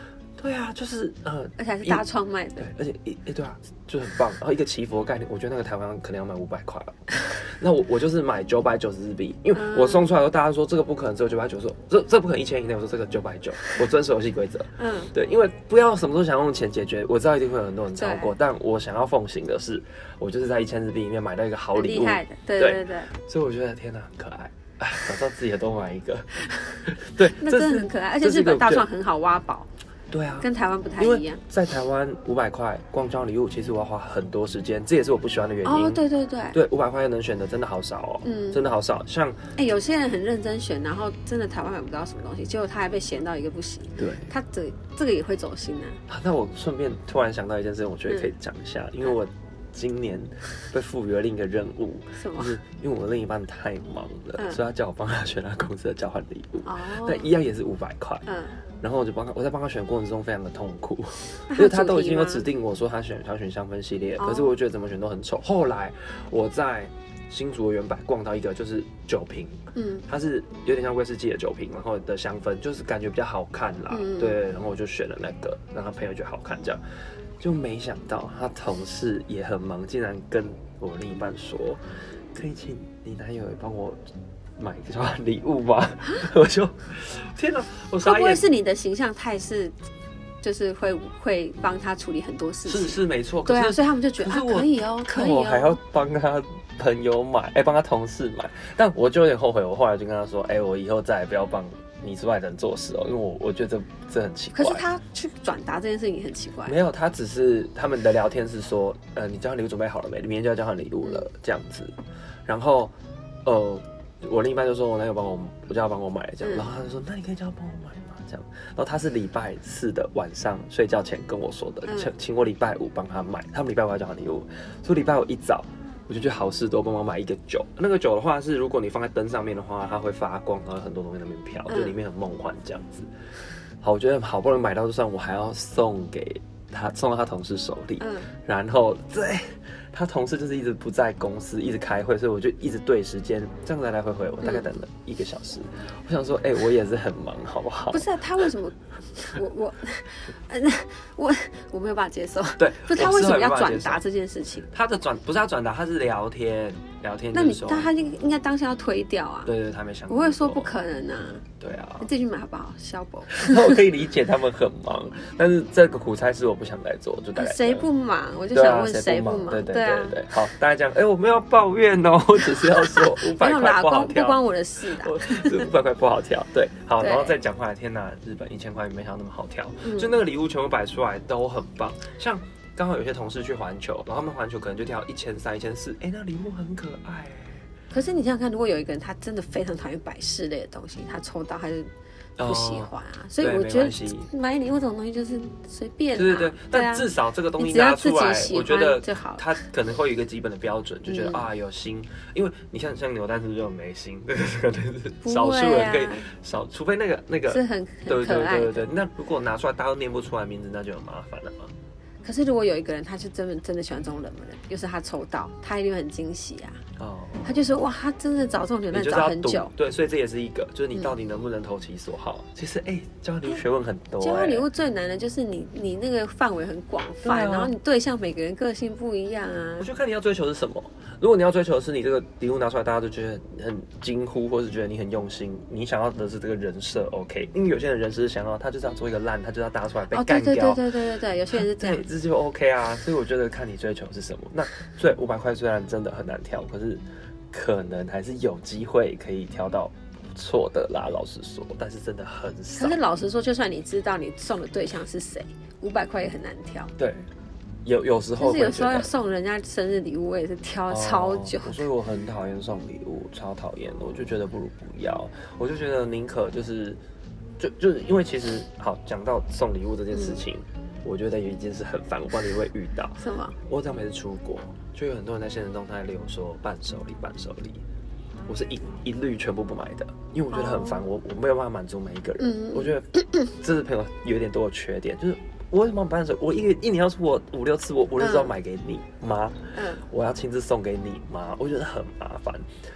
Speaker 1: 对啊，就是呃，
Speaker 2: 而且还是大创卖的
Speaker 1: 对，，而且一、诶对啊，就很棒。然后一个祈福的概念，我觉得那个台湾可能要买五百块了。 那我我就是买九百九十日币，因为
Speaker 2: 嗯
Speaker 1: 我送出来的时候，大家说这个不可能只有九百九，说这这不可能一千以内，我说这个九百九，我遵守游戏规则。
Speaker 2: 嗯，
Speaker 1: 对，因为不要什么都想用钱解决，我知道一定会有很多人超过，
Speaker 2: 对
Speaker 1: 但我想要奉行的是，我就是在一千日币里面买到一个好
Speaker 2: 很
Speaker 1: 礼
Speaker 2: 厉
Speaker 1: 物，
Speaker 2: 害的，对
Speaker 1: 对
Speaker 2: 对对。
Speaker 1: 所以我觉得天哪，很可爱。 哎早知道自己也多买一个。 对，
Speaker 2: 那
Speaker 1: 这
Speaker 2: 真的
Speaker 1: 是
Speaker 2: 很可爱，而
Speaker 1: 这
Speaker 2: 且
Speaker 1: 是
Speaker 2: 日
Speaker 1: 一个
Speaker 2: 本大
Speaker 1: 比较
Speaker 2: 蒜很好挖宝，
Speaker 1: 对啊，
Speaker 2: 跟台湾不太
Speaker 1: 因
Speaker 2: 一
Speaker 1: 为
Speaker 2: 样。
Speaker 1: 在台湾五百块逛交礼物，其实我要花很多时间，这也是我不喜欢的原因。
Speaker 2: 哦，对对对，哎、
Speaker 1: 对，五百块能选的真的好少哦，
Speaker 2: 嗯
Speaker 1: 真的好少。像
Speaker 2: 哎有些人很认真选，然后真的台湾买不到什么东西，结果他还被嫌到一个不行，
Speaker 1: 对，
Speaker 2: 他这这个也会走心啊。
Speaker 1: 啊那我顺便突然想到一件事情，我觉得可
Speaker 2: 嗯
Speaker 1: 以讲一下，因为我今年被赋予了另一个任务，
Speaker 2: 什
Speaker 1: 就
Speaker 2: 么？
Speaker 1: 是因为我另一半太忙了，
Speaker 2: 嗯
Speaker 1: 所以他叫我帮他选他公司的交换礼物。
Speaker 2: 哦
Speaker 1: 但，一样也是五百块，
Speaker 2: 嗯，
Speaker 1: 然后我就帮他，我在帮他选的过程中非常的痛苦，
Speaker 2: 那
Speaker 1: 因
Speaker 2: 还有
Speaker 1: 为他
Speaker 2: 啊主
Speaker 1: 都已
Speaker 2: 题
Speaker 1: 经有
Speaker 2: 吗
Speaker 1: 指定我说他选他选香氛系列，
Speaker 2: 哦
Speaker 1: 可是我觉得怎么选都很丑。后来我在新竹的原版逛到一个就是酒瓶，
Speaker 2: 嗯
Speaker 1: 它是有点像威士忌的酒瓶，然后的香氛就是感觉比较好看啦，
Speaker 2: 嗯
Speaker 1: 对，然后我就选了那个，让他朋友觉得好看这样，就没想到他同事也很忙，竟然跟我另一半说，可以请你男友帮我买一个礼物吗？ 我就天哪，我
Speaker 2: 会
Speaker 1: 傻
Speaker 2: 不会
Speaker 1: 眼。
Speaker 2: 是你的形象态是，就是会会帮他处理很多事情？
Speaker 1: 是是没错，可
Speaker 2: 对
Speaker 1: 是
Speaker 2: 啊，所以他们就觉得
Speaker 1: 可是
Speaker 2: 啊，
Speaker 1: 我
Speaker 2: 可以哦，可
Speaker 1: 可
Speaker 2: 以
Speaker 1: 我还要
Speaker 2: 哦。
Speaker 1: 帮他朋友买，哎、帮他同事买，但我就有点后悔，我后来就跟他说，哎、我以后再也不要帮你之外的人做事哦，因为我我觉得这这很奇
Speaker 2: 可
Speaker 1: 怪。
Speaker 2: 是他去转达这件事情很奇怪
Speaker 1: 没。有，他只是他们的聊天是说，呃，你交换礼物准备好了没？你明天就要交换礼物了，
Speaker 2: 嗯
Speaker 1: 这样子。然后，呃，我另一半就说，我男友帮我，我叫他帮我买这样。
Speaker 2: 嗯
Speaker 1: 然后他就说，那你可以叫他帮我买吗？这样。然后他是礼拜四的晚上睡觉前跟我说的，
Speaker 2: 嗯
Speaker 1: 请请我礼拜五帮他买，他们礼拜五要交换礼物，所以礼拜五一早。我就去好事多帮忙买一个酒，那个酒的话是，如果你放在灯上面的话，它会发光，然后很多东西在那边飘，
Speaker 2: 嗯
Speaker 1: 就里面很梦幻这样子。好，我觉得好不容易买到，就算我还要送给他，送到他同事手里。
Speaker 2: 嗯，
Speaker 1: 然后对，他同事就是一直不在公司，一直开会，所以我就一直对时间，这样来来回回，我大概
Speaker 2: 嗯
Speaker 1: 等了一个小时。我想说，哎、我也是很忙，好不好
Speaker 2: 不？是啊他 为什么？我我， 呃那我我没有办法接受。
Speaker 1: 对，
Speaker 2: 不是他
Speaker 1: 我
Speaker 2: 为
Speaker 1: 事
Speaker 2: 什
Speaker 1: 后
Speaker 2: 么
Speaker 1: 也
Speaker 2: 要
Speaker 1: 没办法
Speaker 2: 转
Speaker 1: 接受
Speaker 2: 达这件事情？
Speaker 1: 他的转不是他转达，他是聊天，聊天
Speaker 2: 那
Speaker 1: 就是
Speaker 2: 你
Speaker 1: 说。
Speaker 2: 但他应应该当下要推掉啊。
Speaker 1: 对对，他没想过。
Speaker 2: 我会说不。可能啊，
Speaker 1: 对啊
Speaker 2: 你，自己去买好不好？肖博，
Speaker 1: 那我可以理解他们很忙，但是这个苦差事我不想来做，就大概这
Speaker 2: 谁
Speaker 1: 样
Speaker 2: 不忙？我就
Speaker 1: 对
Speaker 2: 想
Speaker 1: 啊，
Speaker 2: 问谁不忙？
Speaker 1: 对对
Speaker 2: 对啊
Speaker 1: 对，对，好，大家讲，哎，我没有要抱怨哦， 我只是要 说五
Speaker 2: 没
Speaker 1: 百
Speaker 2: 有
Speaker 1: 块
Speaker 2: 啦，
Speaker 1: 不
Speaker 2: 关
Speaker 1: 好
Speaker 2: 不关
Speaker 1: 挑，
Speaker 2: 我的事 的。
Speaker 1: 五百块不好挑，对，好，
Speaker 2: 对
Speaker 1: 然后再讲回来，天哪，日本一千块没想到那么好挑，
Speaker 2: 嗯
Speaker 1: 就那个礼物全部摆出来都很棒，像。刚好有些同事去环球，然后他们环球可能就挑一千三、一千四，哎，那礼物很可爱，
Speaker 2: 可是你想想看，如果有一个人他真的非常讨厌摆饰类的东西，他抽到他就不喜欢啊，所以
Speaker 1: 哦对
Speaker 2: 我
Speaker 1: 没
Speaker 2: 觉
Speaker 1: 关系
Speaker 2: 得买礼物这种东西就是随便、
Speaker 1: 对
Speaker 2: 啊，
Speaker 1: 对对，但
Speaker 2: 啊
Speaker 1: 至少这个东
Speaker 2: 你
Speaker 1: 西
Speaker 2: 只要
Speaker 1: 拿
Speaker 2: 自
Speaker 1: 出
Speaker 2: 己
Speaker 1: 来，
Speaker 2: 喜
Speaker 1: 我觉得
Speaker 2: 欢就好了。
Speaker 1: 他可能会有一个基本的标准，就觉得、
Speaker 2: 嗯
Speaker 1: 啊有心，因为你像像扭蛋是不是就 没心，这个可能
Speaker 2: 不
Speaker 1: 是少
Speaker 2: 会
Speaker 1: 数人
Speaker 2: 啊
Speaker 1: 可以少，除非那个那个
Speaker 2: 是很
Speaker 1: 对对
Speaker 2: 很可爱的。
Speaker 1: 对对，那如果拿出来大家都念不出来名字，那就很麻烦了嘛。
Speaker 2: 可是如果有一个人他是真的真的喜欢这种冷门的，又是他抽到，他一定会很惊喜啊！
Speaker 1: 哦，
Speaker 2: 他就说哇，他真的找这种扭
Speaker 1: 你
Speaker 2: 蛋
Speaker 1: 就是
Speaker 2: 找
Speaker 1: 要
Speaker 2: 很
Speaker 1: 赌
Speaker 2: 久。，嗯
Speaker 1: 对，所以这也是一个，就是你到底能不能投其所好。其实哎，交换礼物学问很多，
Speaker 2: 交换礼
Speaker 1: 哎
Speaker 2: 物最难的就是你你那个范围很广泛，
Speaker 1: 对啊
Speaker 2: 然后你对象每个人个性不一样啊
Speaker 1: 我。就看你要追求的是什么。如果你要追求的是你这个礼物拿出来，大家都觉得很很惊呼，或是觉得你很用心，你想要的是这个人设，OK？因为有些人人设是想要他就是要做一个烂，他就是要搭出来被
Speaker 2: 哦，对
Speaker 1: 干
Speaker 2: 对对
Speaker 1: 掉。
Speaker 2: 对对对对，有些人是这 样
Speaker 1: 对，。这就 OK 啊，所以我觉得看你追求是什么。那所以五百块虽然真的很难挑，可是可能还是有机会可以挑到不错的啦。老实说，但是真的很少
Speaker 2: 可是。老实说，就算你知道你送的对象是谁，五百块也很难挑。
Speaker 1: 对，有有时候
Speaker 2: 就是
Speaker 1: 会
Speaker 2: 有时
Speaker 1: 觉
Speaker 2: 候
Speaker 1: 得
Speaker 2: 要送人家生日礼物，我也是挑超久。
Speaker 1: 哦所以我很讨厌送礼物，超讨厌的。我就觉得不如不要，我就觉得宁可就是，就就是因为其实好讲到送礼物这件事情，
Speaker 2: 嗯
Speaker 1: 我觉得有一件事很烦，我不知道你会不会遇到。
Speaker 2: 什么？
Speaker 1: 我只要每次出国，就有很多人在现实动态留说伴手礼，伴手礼。我是一一律全部不买的，因为我觉得很烦，我我没有办法满足每一个人。
Speaker 2: 哦嗯
Speaker 1: 我觉得这是朋友有点多的缺点，就是我为什么要伴手？我一个一年要出国五六次，我五六次要
Speaker 2: 嗯
Speaker 1: 买给你妈。
Speaker 2: 嗯，
Speaker 1: 我要亲自送给你吗？我觉得很麻烦，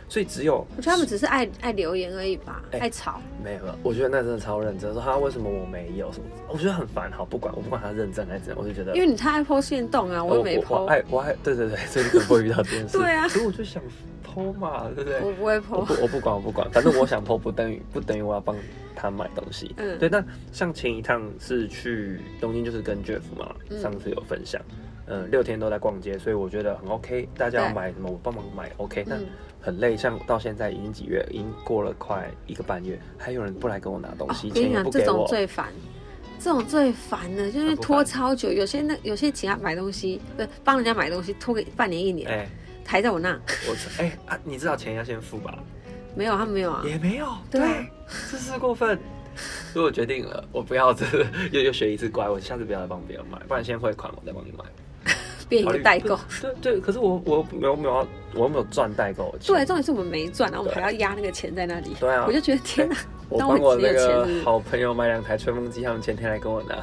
Speaker 1: 所以只有
Speaker 2: 我觉得他们只是爱爱留言而已吧，
Speaker 1: 哎
Speaker 2: 爱吵。
Speaker 1: 没有，我觉得那真的超认真，说他为什么我没有什么，我觉得很烦。好，不管我不管他认真还是怎样，我就觉得哦
Speaker 2: 因为你太爱剖线动啊，我又没
Speaker 1: 我我
Speaker 2: 剖，
Speaker 1: 爱我爱对对对， 所以你可能不会遇到这件事。
Speaker 2: 对啊
Speaker 1: 所以我就想偷嘛，对不对？
Speaker 2: 我不会
Speaker 1: 我
Speaker 2: 剖。
Speaker 1: 不我不管我不管，反正我想剖不等于 不等于我要帮他买东西。
Speaker 2: 嗯
Speaker 1: 对，那像前一趟是去东京，就是跟 Jeff 嘛，
Speaker 2: 嗯
Speaker 1: 上次有分享，嗯六天都在逛街，所以我觉得很 OK。大家要
Speaker 2: 对
Speaker 1: 买什么我帮忙买 OK，那
Speaker 2: 嗯
Speaker 1: 很累，像到现在已经几月，已经过了快一个半月，还有人不来跟我拿东
Speaker 2: 哦
Speaker 1: 西，
Speaker 2: 我跟
Speaker 1: 钱
Speaker 2: 你
Speaker 1: 也
Speaker 2: 讲
Speaker 1: 不，
Speaker 2: 这
Speaker 1: 给
Speaker 2: 种
Speaker 1: 我。
Speaker 2: 最烦，这种最烦的就是
Speaker 1: 啊不烦
Speaker 2: 拖超久。有些那有些请他买东西，对，帮人家买东西拖个半年一年，
Speaker 1: 哎，
Speaker 2: 还在我那。
Speaker 1: 我哎、啊，你知道钱要先付吧？
Speaker 2: 没有，他没有啊。
Speaker 1: 也没有，
Speaker 2: 对啊
Speaker 1: 这是过分。所以我决定了，我不要这又又学一次乖，我下次不要再帮别人买，不然先汇款，我再帮你买。
Speaker 2: 变一个代购。
Speaker 1: 对对，可是我我没有没有要，我没有赚代购的钱。
Speaker 2: 对，重点是我们没赚，然后我们
Speaker 1: 对
Speaker 2: 还要压那个钱在那里。
Speaker 1: 对啊
Speaker 2: 我就觉得天哪，
Speaker 1: 我
Speaker 2: 当
Speaker 1: 帮我
Speaker 2: 只
Speaker 1: 那
Speaker 2: 有钱
Speaker 1: 个
Speaker 2: 是不是
Speaker 1: 好朋友买两台吹风机，他们前天来跟我拿，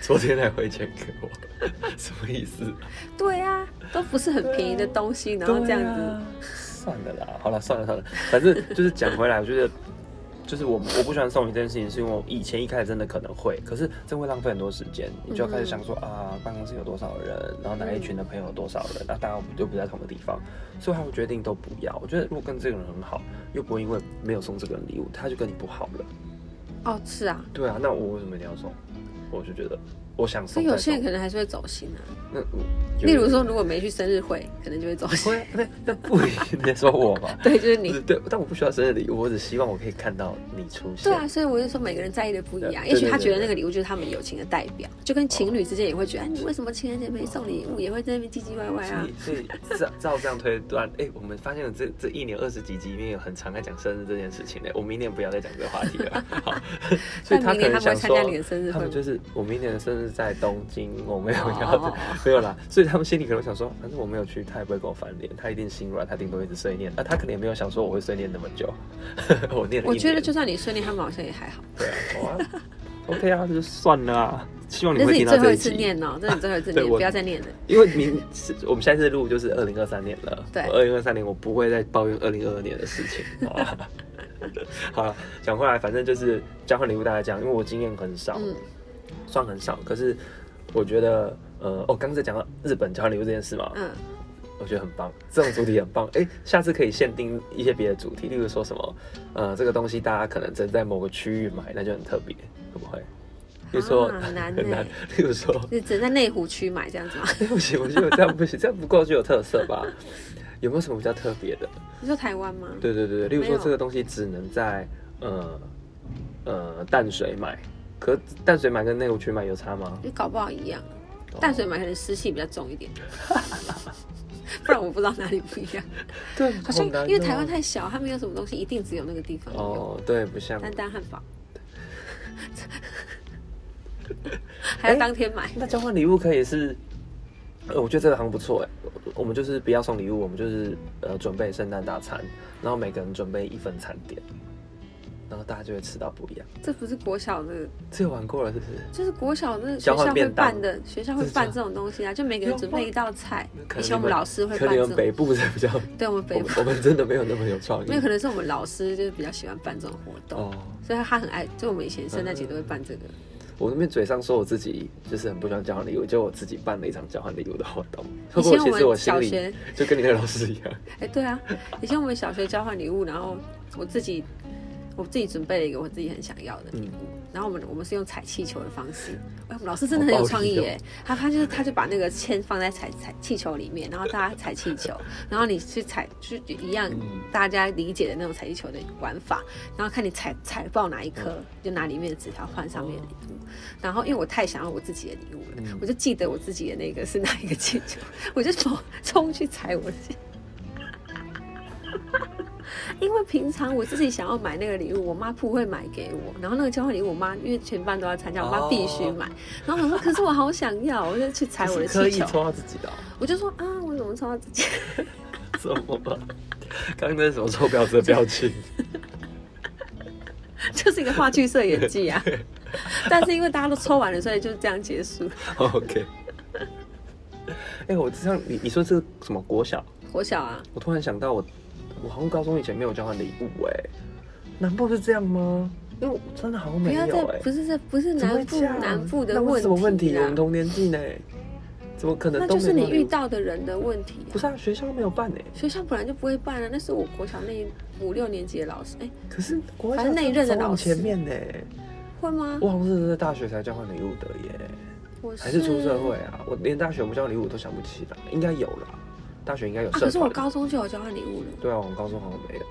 Speaker 1: 昨天才汇钱给我， 什么意思？
Speaker 2: 对啊，都不是很便宜的东西，然后这样
Speaker 1: 啊对
Speaker 2: 子
Speaker 1: 啊，算了啦，好了算了算了，反正就是讲回来，我觉得。就是我我不喜欢送礼这件事情，是因为我以前一开始真的可能会，可是真会浪费很多时间，你就要开始想
Speaker 2: 嗯
Speaker 1: 说、啊，办公室有多少人，然后哪一群的朋友有多少人，那、大家又不在同个地方，所以他会决定都不要。我觉得如果跟这个人很好，又不会因为没有送这个人礼物，他就跟你不好了。
Speaker 2: 哦，是啊。
Speaker 1: 对啊，那我为什么一定要送？我就觉得我想送
Speaker 2: 所以
Speaker 1: 再送。
Speaker 2: 有些人可能还是会走心啊，
Speaker 1: 那嗯有
Speaker 2: 例如说，如果没去生日会，可能就会走心。
Speaker 1: 会啊，那那不一定在说我吧？
Speaker 2: 对，就是
Speaker 1: 不
Speaker 2: 你
Speaker 1: 是。对，但我不需要生日礼物，我只希望我可以看到你出现。
Speaker 2: 对啊，所以我就说每个人在意的不一样，
Speaker 1: 对
Speaker 2: 也许
Speaker 1: 对
Speaker 2: 他
Speaker 1: 对
Speaker 2: 觉得
Speaker 1: 对
Speaker 2: 那个礼物就是他们友情的代表，就跟情侣之间也会觉得，哎，你为什么情人节没送礼物，也会在那边唧唧歪歪啊
Speaker 1: 所以，？所以照 照这样推断，哎、我们发现了这这一年二十几集里面有很常在讲生日这件事情的，我明年不要再讲这个话题了。 好，所以他
Speaker 2: 但明
Speaker 1: 可
Speaker 2: 年
Speaker 1: 能
Speaker 2: 他们
Speaker 1: 想
Speaker 2: 会参加你
Speaker 1: 说
Speaker 2: 的，生日
Speaker 1: 他
Speaker 2: 会
Speaker 1: 们
Speaker 2: 吗？
Speaker 1: 就是我明年的生日在东京，我没有要
Speaker 2: 哦哦哦
Speaker 1: 没有啦，所以他们心里可能想说，反正我没有去，他也不会跟我翻脸，他一定心软，他顶多一直碎念。啊，他可能也没有想说我会碎念那么久， 我念了一年。
Speaker 2: 我觉得就算你顺利，他们好像也还好。
Speaker 1: 对啊好啊，OK 啊，那就算了啊。希望 你
Speaker 2: 这
Speaker 1: 会
Speaker 2: 是你
Speaker 1: 听到
Speaker 2: 最后
Speaker 1: 这一
Speaker 2: 一次
Speaker 1: 集，
Speaker 2: 念哦，这是你最后一次
Speaker 1: 对
Speaker 2: 念，
Speaker 1: 我
Speaker 2: 不要再念了。
Speaker 1: 因为明是我们下一次录就是二零二三年了。
Speaker 2: 对
Speaker 1: 二零二三年我不会再抱怨二零二二年的事 情。好啊 好了，讲回来，反正就是交换礼物大概这样，因为我经验很少，
Speaker 2: 嗯，
Speaker 1: 算很少，可是我觉得，呃，哦，刚才讲到日本交换礼物这件事嘛，
Speaker 2: 嗯，
Speaker 1: 我觉得很棒，这种主题很棒。哎、下次可以限定一些别的主题，例如说什么，呃，这个东西大家可能只能在某个区域买，那就很特别，会不会？例如说、
Speaker 2: 啊很 难
Speaker 1: 很难
Speaker 2: 呢，
Speaker 1: 例如说，
Speaker 2: 你只能在内湖区买这样 子吗？
Speaker 1: 对不起，我觉得这样不行，这样不够具有特色吧？有没有什么比较特别的？
Speaker 2: 你说台湾吗？
Speaker 1: 对对对对，例如
Speaker 2: 没
Speaker 1: 说
Speaker 2: 有
Speaker 1: 这个东西只能在呃呃淡水买，可淡水买跟内湖区买有差吗？
Speaker 2: 你搞不好一样，
Speaker 1: 哦
Speaker 2: 淡水买可能湿气比较 重一点，不然我不知道哪里不一样。
Speaker 1: 对，
Speaker 2: 好像
Speaker 1: 难
Speaker 2: 因为台湾
Speaker 1: 哦
Speaker 2: 太小，它没有什么东西一定只有那个地方有，
Speaker 1: 哦，对，不像
Speaker 2: 丹丹汉 堡，还
Speaker 1: 哎
Speaker 2: 要当天买。
Speaker 1: 那交换礼物可以是，呃，我觉得这个好像不错哎。我我们就是不要送礼物，我们就是呃准备圣诞大餐，然后每个人准备一份餐点，然后大家就会吃到不一样。
Speaker 2: 这不是国小的，
Speaker 1: 这个玩过了是不是？
Speaker 2: 就是国小的学
Speaker 1: 交换
Speaker 2: 校会
Speaker 1: 便当
Speaker 2: 办的，学校会办这种东西啊，就每个人准备一道菜。以前我们老师会
Speaker 1: 可
Speaker 2: 办
Speaker 1: 能你们
Speaker 2: 这种，
Speaker 1: 北部才比较，
Speaker 2: 对我
Speaker 1: 我
Speaker 2: 们北
Speaker 1: 们
Speaker 2: 部，
Speaker 1: 我们真的没有那么有创意
Speaker 2: 因为可能是我们老师就是比较喜欢办这种活动，
Speaker 1: 哦。嗯
Speaker 2: 所以他很爱，就我们以前圣诞节都会办这个。
Speaker 1: 我那边嘴上说我自己就是很不喜欢交换礼物，就我自己办了一场交换礼物的活动。会不会
Speaker 2: 以前
Speaker 1: 其实我
Speaker 2: 们
Speaker 1: 心
Speaker 2: 小
Speaker 1: 里
Speaker 2: 学，
Speaker 1: 就跟你那个老师一样？
Speaker 2: 哎，对啊，以前我们小学交换礼物，然后我自己我自己准备了一个我自己很想要
Speaker 1: 嗯
Speaker 2: 的礼物，然后我们我们是用踩气球的方式。哎，我们老师真的很有创意
Speaker 1: 好暴力哦
Speaker 2: 耶！他他就是他就把那个铅放在踩踩气球里面，然后大家踩气球，然后你去踩就是一样
Speaker 1: 嗯
Speaker 2: 大家理解的那种踩气球的玩法，然后看你踩踩爆哪一颗，就拿里面的纸条换上面的礼物。然后因为我太想要我自己的礼物了，
Speaker 1: 哦嗯
Speaker 2: 我就记得我自己的那个是哪一个气球，我就冲冲去踩我自己。因为平常我自己想要买那个礼物，我妈不会买给我。然后那个交换礼物，我妈因为全班都要参加，我妈必须
Speaker 1: 哦
Speaker 2: 买。然后我说，可是我好想要，我就去踩我的
Speaker 1: 是刻
Speaker 2: 气
Speaker 1: 意
Speaker 2: 球。
Speaker 1: 戳到自己的哦、
Speaker 2: 我就说啊，我怎么抽到自己？
Speaker 1: 怎么了？刚刚那是什么臭婊子的表 情？
Speaker 2: 就是一个话剧社演技 啊。但是因为大家都抽完了，所以就这样结束。
Speaker 1: OK。哎、我这样你你说这个什么国小，
Speaker 2: 国小啊，
Speaker 1: 我突然想到我，我好像高中以前没有交换礼物哎、南部是这样吗？因为我真的好像
Speaker 2: 不
Speaker 1: 没有
Speaker 2: 要再
Speaker 1: 哎、
Speaker 2: 不是这不是
Speaker 1: 怎么
Speaker 2: 南
Speaker 1: 会
Speaker 2: 部
Speaker 1: 这样
Speaker 2: 南部的
Speaker 1: 那
Speaker 2: 问
Speaker 1: 为
Speaker 2: 题
Speaker 1: 什么问题？
Speaker 2: 啦
Speaker 1: 我们同年纪呢？怎么可能
Speaker 2: 那
Speaker 1: 都
Speaker 2: 就
Speaker 1: 没有
Speaker 2: 是
Speaker 1: 交
Speaker 2: 你
Speaker 1: 换礼
Speaker 2: 遇
Speaker 1: 物？
Speaker 2: 到的人的问题、
Speaker 1: 不
Speaker 2: 啊。
Speaker 1: 是啊，学校没有办哎、
Speaker 2: 学校本来就不会办啊，那是我国小那五六年级的老师，哎、
Speaker 1: 可是国小
Speaker 2: 反正那一任的
Speaker 1: 走往
Speaker 2: 老师嗯
Speaker 1: 前面呢、
Speaker 2: 会吗？
Speaker 1: 我好像是在大学才交换礼物的耶。
Speaker 2: 我
Speaker 1: 还是出社会啊？我连大学母校礼物都想不起了，应该有了，大学应该有
Speaker 2: 啊，
Speaker 1: 社团。
Speaker 2: 可是我高中就有交换礼物了，
Speaker 1: 对啊，我高中好像没有，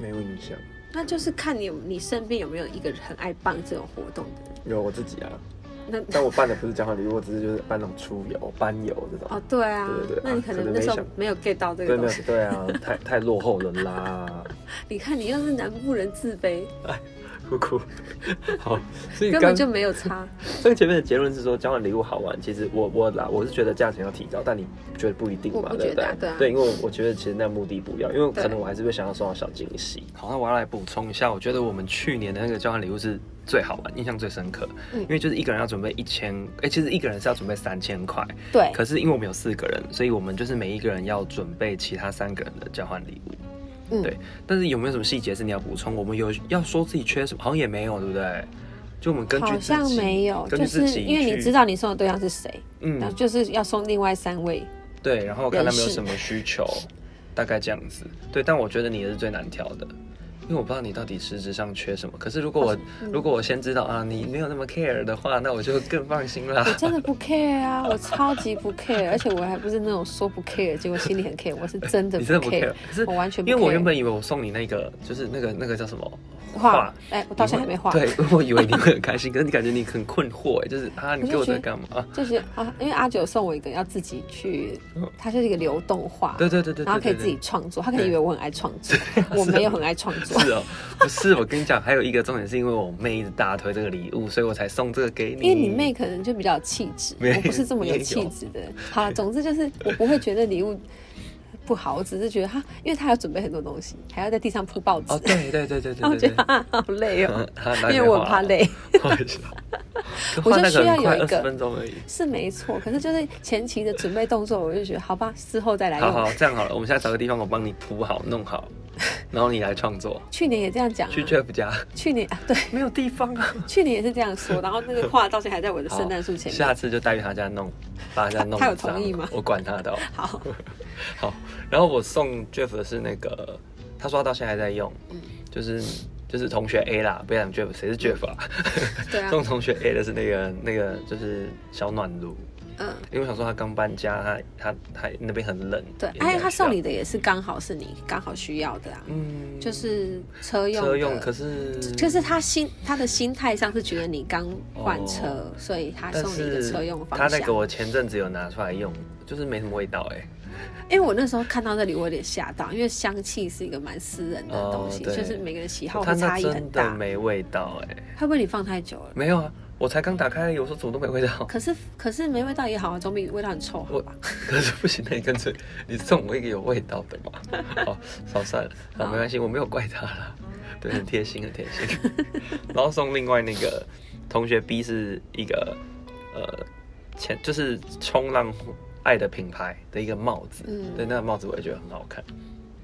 Speaker 1: 没有印象。
Speaker 2: 那就是看你有你身边有没有一个很爱办这种活动的人。
Speaker 1: 有我自己啊，
Speaker 2: 那
Speaker 1: 但我办的不是交换礼物，我只是就是办那种出游、班游这种。
Speaker 2: 哦，对啊，
Speaker 1: 对对对
Speaker 2: 那你可
Speaker 1: 啊可能
Speaker 2: 能那时
Speaker 1: 没
Speaker 2: 候
Speaker 1: 想
Speaker 2: 没有 get 到这个
Speaker 1: 真
Speaker 2: 东
Speaker 1: 的
Speaker 2: 西。
Speaker 1: 对啊，太太落后人啦，
Speaker 2: 你看，你又是南部人自卑，
Speaker 1: 哭哭。好，所以
Speaker 2: 根
Speaker 1: 刚
Speaker 2: 本就没有 差。
Speaker 1: 所以前面的结论是说，交换礼物好玩。其实我我啦，我是觉得价钱要提高，但你觉得不一定嘛，
Speaker 2: 我不
Speaker 1: 对
Speaker 2: 觉
Speaker 1: 不对
Speaker 2: 得啊？对啊
Speaker 1: 因为我觉得其实那目的不一样，因为可能
Speaker 2: 对
Speaker 1: 我还是会想要收到小惊喜。好，那我要来补充一下，我觉得我们去年的那个交换礼物是最好玩，印象最深刻，
Speaker 2: 嗯
Speaker 1: 因为就是一个人要准备一千，哎，其实一个人是要准备三千块，
Speaker 2: 对，
Speaker 1: 可是因为我们有四个人，所以我们就是每一个人要准备其他三个人的交换礼物。
Speaker 2: 嗯
Speaker 1: 对，但是有没有什么细节是你要补充？我们有要说自己缺什么，好像也没有，对不对？就我们根据
Speaker 2: 好
Speaker 1: 自己
Speaker 2: 像没有，
Speaker 1: 根据
Speaker 2: 就
Speaker 1: 自
Speaker 2: 是
Speaker 1: 己
Speaker 2: 因为你
Speaker 1: 去
Speaker 2: 知道你送的对象是谁，
Speaker 1: 嗯
Speaker 2: 然后，就是要送另外三位。
Speaker 1: 对，然后看他们有
Speaker 2: 人事
Speaker 1: 什么需求，大概这样子。对，但我觉得你也是最难挑的，因为我不知道你到底实质上缺什么。可是如果我、
Speaker 2: 哦嗯
Speaker 1: 如果我先知道啊，你没有那么 care 的话，那我就更放心啦
Speaker 2: 我。真的不 care 啊，我超级不 care，而且我还不是那种说不 care，结果心里很 care，我是真的
Speaker 1: 你
Speaker 2: 不
Speaker 1: 真的不 care，
Speaker 2: care，
Speaker 1: 可是
Speaker 2: 我完全不 care。
Speaker 1: 因为我原本以为我送你那个就是那个那个叫什么
Speaker 2: 画，哎，我到现在还没画，
Speaker 1: 你会对，我以为你会很开心，可是你感觉你很困惑，哎，就是啊，你给我这个干嘛？啊
Speaker 2: 就是啊，因为阿九送我一个要自己去
Speaker 1: 嗯，
Speaker 2: 它就是一个流动画，
Speaker 1: 对对对对，对
Speaker 2: 然后可以
Speaker 1: 对
Speaker 2: 自己创作，他可能以为我很爱创 作，
Speaker 1: 是
Speaker 2: 我没有很爱创作。
Speaker 1: 是哦，不是，我跟你讲，还有一个重点是因为我妹一直大推这个礼物，所以我才送这个给你。
Speaker 2: 因为你妹可能就比较有气质，
Speaker 1: 没
Speaker 2: 我不是这么有气质的人。好了，总之就是我不会觉得礼物不好，我只是觉得哈，因为她要准备很多东西，还要在地上铺报纸，
Speaker 1: 哦，对对对对
Speaker 2: 然后我
Speaker 1: 对
Speaker 2: 觉
Speaker 1: 对嗯
Speaker 2: 得
Speaker 1: 对，
Speaker 2: 啊好累哦，
Speaker 1: 因
Speaker 2: 因为我很怕。累。
Speaker 1: 啊 我
Speaker 2: 我就需要有一个
Speaker 1: 二十分钟而已。
Speaker 2: 是没错，可是就是前期的准备动作，我就觉得好吧，事后再来
Speaker 1: 好
Speaker 2: 用。
Speaker 1: 好，这样好了，我们现在找个地方，我帮你铺好、弄好，然后你来创作。
Speaker 2: 去年也这样讲、啊，
Speaker 1: 去 Jeff 家
Speaker 2: 去年 啊，对，
Speaker 1: 没有地方啊，
Speaker 2: 去年也是这样 说，然后那个画到现在还在我的圣诞树前面。
Speaker 1: 下次就带去他家弄，把他家弄
Speaker 2: 他他有
Speaker 1: 脏
Speaker 2: 同意吗
Speaker 1: 我管他的哦。
Speaker 2: 好，
Speaker 1: 好，然后我送 Jeff 的是那个，他说他到现在还在用，
Speaker 2: 嗯
Speaker 1: 就是就是同学 A 啦，不要讲 Jeff，谁是 Jeff 啊？
Speaker 2: 对 啊，
Speaker 1: 送同学 A 的是那个那个就是小暖炉，
Speaker 2: 嗯，
Speaker 1: 因为我想说他刚搬家，他他他那边很冷，
Speaker 2: 对，
Speaker 1: 也
Speaker 2: 哎，
Speaker 1: 没有
Speaker 2: 他送
Speaker 1: 需
Speaker 2: 你的也是刚好是你刚好需要的啊，
Speaker 1: 要，嗯，
Speaker 2: 就是车用的
Speaker 1: 车用，可是
Speaker 2: 就是他心他的心态上是觉得你刚换车，
Speaker 1: 哦
Speaker 2: 所以他
Speaker 1: 但
Speaker 2: 送你一个
Speaker 1: 是
Speaker 2: 车用方
Speaker 1: 他
Speaker 2: 向。
Speaker 1: 那个我前阵子有拿出来用，就是没什么味道哎、
Speaker 2: 因为我那时候看到这里，我有点吓到，因为香气是一个蛮私人的东西，
Speaker 1: 哦对
Speaker 2: 就是每个人喜好
Speaker 1: 他
Speaker 2: 会
Speaker 1: 那
Speaker 2: 差异很
Speaker 1: 真的
Speaker 2: 大。
Speaker 1: 没味道哎、
Speaker 2: 会不会你放太久了？
Speaker 1: 没有啊，我才刚打开而已，我说怎么都没味道。
Speaker 2: 可是可是没味道也好啊，总比味道很臭好
Speaker 1: 我
Speaker 2: 吧？
Speaker 1: 可是不行，那你干脆你送我一个有味道的 嘛。好，少算了，好，
Speaker 2: 好
Speaker 1: 没关系，我没有怪他啦。 对，很贴心，很贴心。 然后送另外那个同学 B 是一个呃前就是冲浪爱的品牌的一个帽子，
Speaker 2: 嗯
Speaker 1: 对，那个帽子我也觉得很好看。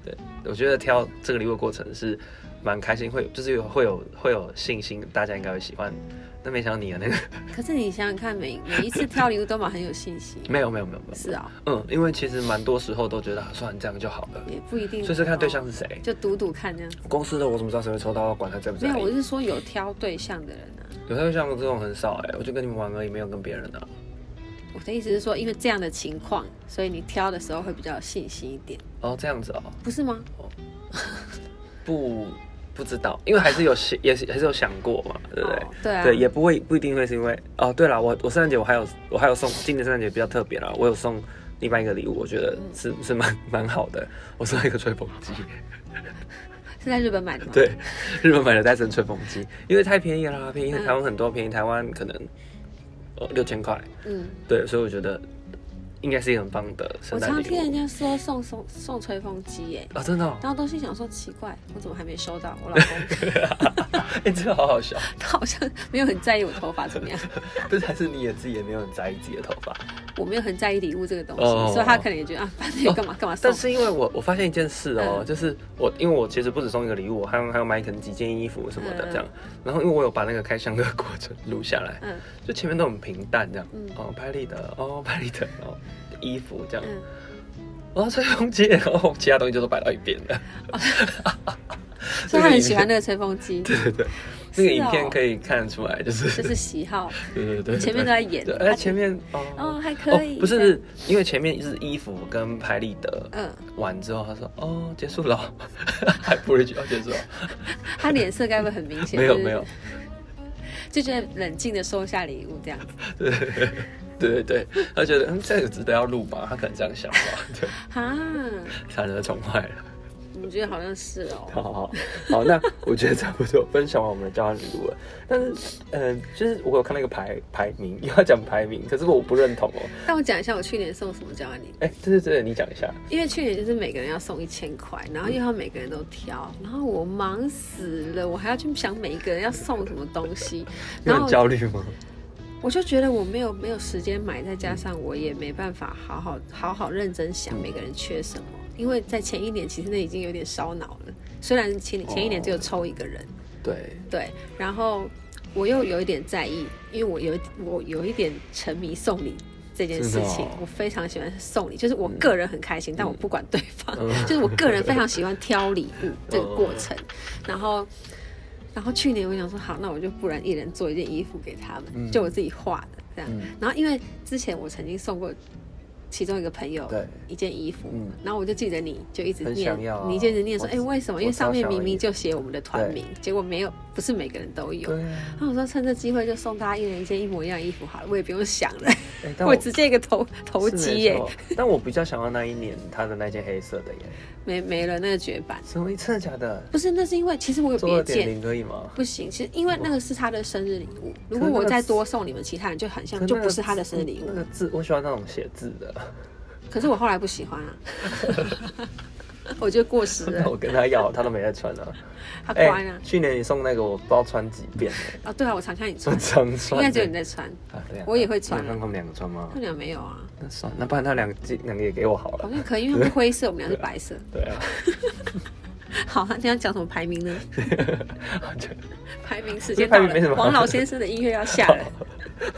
Speaker 1: 对，我觉得挑这个礼物的过程是蛮开心，会就是有会有会有信心，大家应该会喜欢。那没想到你的那个
Speaker 2: 可是你想想看，每每一次挑礼物都蛮很有信心，
Speaker 1: 没有没有没有没有，
Speaker 2: 是啊、
Speaker 1: 嗯，因为其实蛮多时候都觉得啊算了这样就好了，
Speaker 2: 也不一定。
Speaker 1: 所以是看对象
Speaker 2: 哦
Speaker 1: 是谁。
Speaker 2: 就赌赌看这样。
Speaker 1: 公司的我怎么知道谁会抽到？管他在不哎在
Speaker 2: 没有，我
Speaker 1: 意。
Speaker 2: 是说有挑对象的人啊。
Speaker 1: 有些像这种很少哎、我就跟你们玩而已，没有跟别人啊。
Speaker 2: 我的意思是说，因为这样的情况，所以你挑的时候会比较有信心一点，
Speaker 1: 哦，这样子哦，
Speaker 2: 不是吗？
Speaker 1: 不不知道，因为还是有想，也是还是有想过嘛，对不对？
Speaker 2: 哦对啊
Speaker 1: 对，也不会不一定会是因为哦，对了，我我圣诞节我还有我还有送，今年圣诞节比较特别啦，我有送另外一个礼物，我觉得是是蛮蛮好的，我送了一个吹风机，
Speaker 2: 是在日本买的吗？，
Speaker 1: 对，日本买的戴森吹风机，因为太便宜啦，便宜
Speaker 2: 嗯
Speaker 1: 台湾很多，便宜台湾可能呃六千块，
Speaker 2: 嗯，
Speaker 1: 对，所以我觉得应该是一个很棒的圣
Speaker 2: 我
Speaker 1: 诞
Speaker 2: 常
Speaker 1: 礼
Speaker 2: 听人
Speaker 1: 物
Speaker 2: 家说送送送吹风机耶，
Speaker 1: 啊、真的、哦，
Speaker 2: 然后都心想说奇怪，我怎么还没收到？我老 公
Speaker 1: 哎、这个好好笑，
Speaker 2: 他好像没有很在意我头发怎么样，
Speaker 1: 不是还是你也自己也没有很在意自己的头发，
Speaker 2: 我没有很在意礼物这个东西，
Speaker 1: 哦
Speaker 2: 所以他可能也觉得啊，反正也干嘛干嘛送
Speaker 1: 但。是因为我我发现一件事哦、
Speaker 2: 嗯
Speaker 1: 就是我因为我其实不止送一个礼物，我还有还有买可能几件衣服什么的
Speaker 2: 嗯
Speaker 1: 这样，然后因为我有把那个开箱的过程录下来，
Speaker 2: 嗯
Speaker 1: 就前面都很平淡这样，
Speaker 2: 嗯
Speaker 1: 哦拍立得哦拍立得哦衣服这样，
Speaker 2: 嗯，
Speaker 1: 然后吹风机， 然后哦其他 东西就都摆到一边了，
Speaker 2: 所以他很喜欢那个吹风机。
Speaker 1: 对对对，那个
Speaker 2: 是
Speaker 1: 影片
Speaker 2: 哦
Speaker 1: 可以看得出来，就是
Speaker 2: 就是喜 好，
Speaker 1: 对对对对，
Speaker 2: 前面都在演
Speaker 1: 对，
Speaker 2: 啊
Speaker 1: 哎，前面哦
Speaker 2: 哦，还可以，
Speaker 1: 不是，因为前面是衣服跟拍立得
Speaker 2: 这样，嗯，
Speaker 1: 完之后，他说哦结束了， 还不是要结束了，
Speaker 2: 他脸色该不会很明显？
Speaker 1: 没有
Speaker 2: 就是
Speaker 1: 没有，，
Speaker 2: 就觉得冷静的收下礼物这样 子。
Speaker 1: 对对对对，他觉得嗯这个值得要录吧，他可能这样想吧，对，
Speaker 2: 啊，
Speaker 1: 产生宠坏了。
Speaker 2: 我觉得好像是哦。
Speaker 1: 好好好，好，那我觉得差不多分享完我们的交换礼物了。但是，嗯、就是我有看到一个排排名，又要讲排名，可是我不认同哦。
Speaker 2: 但我讲一下我去年送什么交换礼物，
Speaker 1: 哎、对对对，你讲一下。
Speaker 2: 因为去年就是每个人要送一千块，然后
Speaker 1: 嗯
Speaker 2: 又要每个人都挑，然后我忙死了，我还要去想每一个人要送什么东西，
Speaker 1: 你
Speaker 2: 然
Speaker 1: 很
Speaker 2: 后
Speaker 1: 焦虑吗？
Speaker 2: 我就觉得我没有没有时间买，再加上我也没办法好好好好认真想每个人缺什么，因为在前一年其实那已经有点烧脑了，虽然前前一年只有抽一个人，
Speaker 1: 对，
Speaker 2: 对，然后我又有一点在意，因为我有我有一点沉迷送礼这件事
Speaker 1: 真的
Speaker 2: 情，
Speaker 1: 哦
Speaker 2: 我非常喜欢送礼，就是我个人很开心，但我不管对方，
Speaker 1: 嗯
Speaker 2: 就是我个人非常喜欢挑礼物这个过程，然后。然后去年我想说好，那我就不然一人做一件衣服给他们，
Speaker 1: 嗯
Speaker 2: 就我自己画的这样。
Speaker 1: 嗯
Speaker 2: 然后因为之前我曾经送过其中一个朋友
Speaker 1: 对
Speaker 2: 一件衣服，
Speaker 1: 嗯
Speaker 2: 然后我就记得你就一直
Speaker 1: 很
Speaker 2: 念
Speaker 1: 想要，啊
Speaker 2: 你就一直念说，
Speaker 1: 我
Speaker 2: 哎、为什么？
Speaker 1: 我
Speaker 2: 因为上面
Speaker 1: 超想要
Speaker 2: 明明
Speaker 1: 一
Speaker 2: 就写我们的团
Speaker 1: 对
Speaker 2: 名，结果没有，不是每个人都有。
Speaker 1: 对啊。
Speaker 2: 那我说趁这机会就送大家一人一件一模一样的衣服好了，我也不用想了，
Speaker 1: 哎、但
Speaker 2: 我 直接一个投投机耶、，
Speaker 1: 是没错但我比较想要那一年他的那件黑色的耶。
Speaker 2: 没没了那个绝版。
Speaker 1: 什么？真的假的？
Speaker 2: 不是，那是因为其实我有
Speaker 1: 做
Speaker 2: 别
Speaker 1: 二点
Speaker 2: 件。
Speaker 1: 零可以吗？
Speaker 2: 不行，其实因为那个是他的生日礼物，如
Speaker 1: 可
Speaker 2: 果
Speaker 1: 是那
Speaker 2: 我
Speaker 1: 个
Speaker 2: 再多送你们其他人，就很像
Speaker 1: 可
Speaker 2: 就
Speaker 1: 那个嗯
Speaker 2: 不是他的生日礼物
Speaker 1: 那。个字，我喜欢那种写字的。
Speaker 2: 可是我后来不喜欢 啊，我觉得过时
Speaker 1: 那
Speaker 2: 了，
Speaker 1: 我跟他要，他都没在穿啊。
Speaker 2: 他
Speaker 1: 哎、
Speaker 2: 乖啊。
Speaker 1: 去年你送那个，我不知道穿几遍了。
Speaker 2: 哦，对啊，我常看你穿
Speaker 1: 我，常穿
Speaker 2: 应
Speaker 1: 的，
Speaker 2: 该只有你在穿，
Speaker 1: 啊对啊
Speaker 2: 我也会穿啊
Speaker 1: 你有看他们两个穿吗
Speaker 2: 他？们俩没有啊，
Speaker 1: 那算了，那不然他两个两个也给我好
Speaker 2: 好
Speaker 1: 了。
Speaker 2: 像可以，因为他们灰色，我们俩是白色。
Speaker 1: 对啊，
Speaker 2: 好，啊你要讲什么排名呢？
Speaker 1: 就
Speaker 2: 排名时间
Speaker 1: 排
Speaker 2: 到
Speaker 1: 名没什
Speaker 2: 了，
Speaker 1: 么
Speaker 2: 黄老先生的音乐要下来，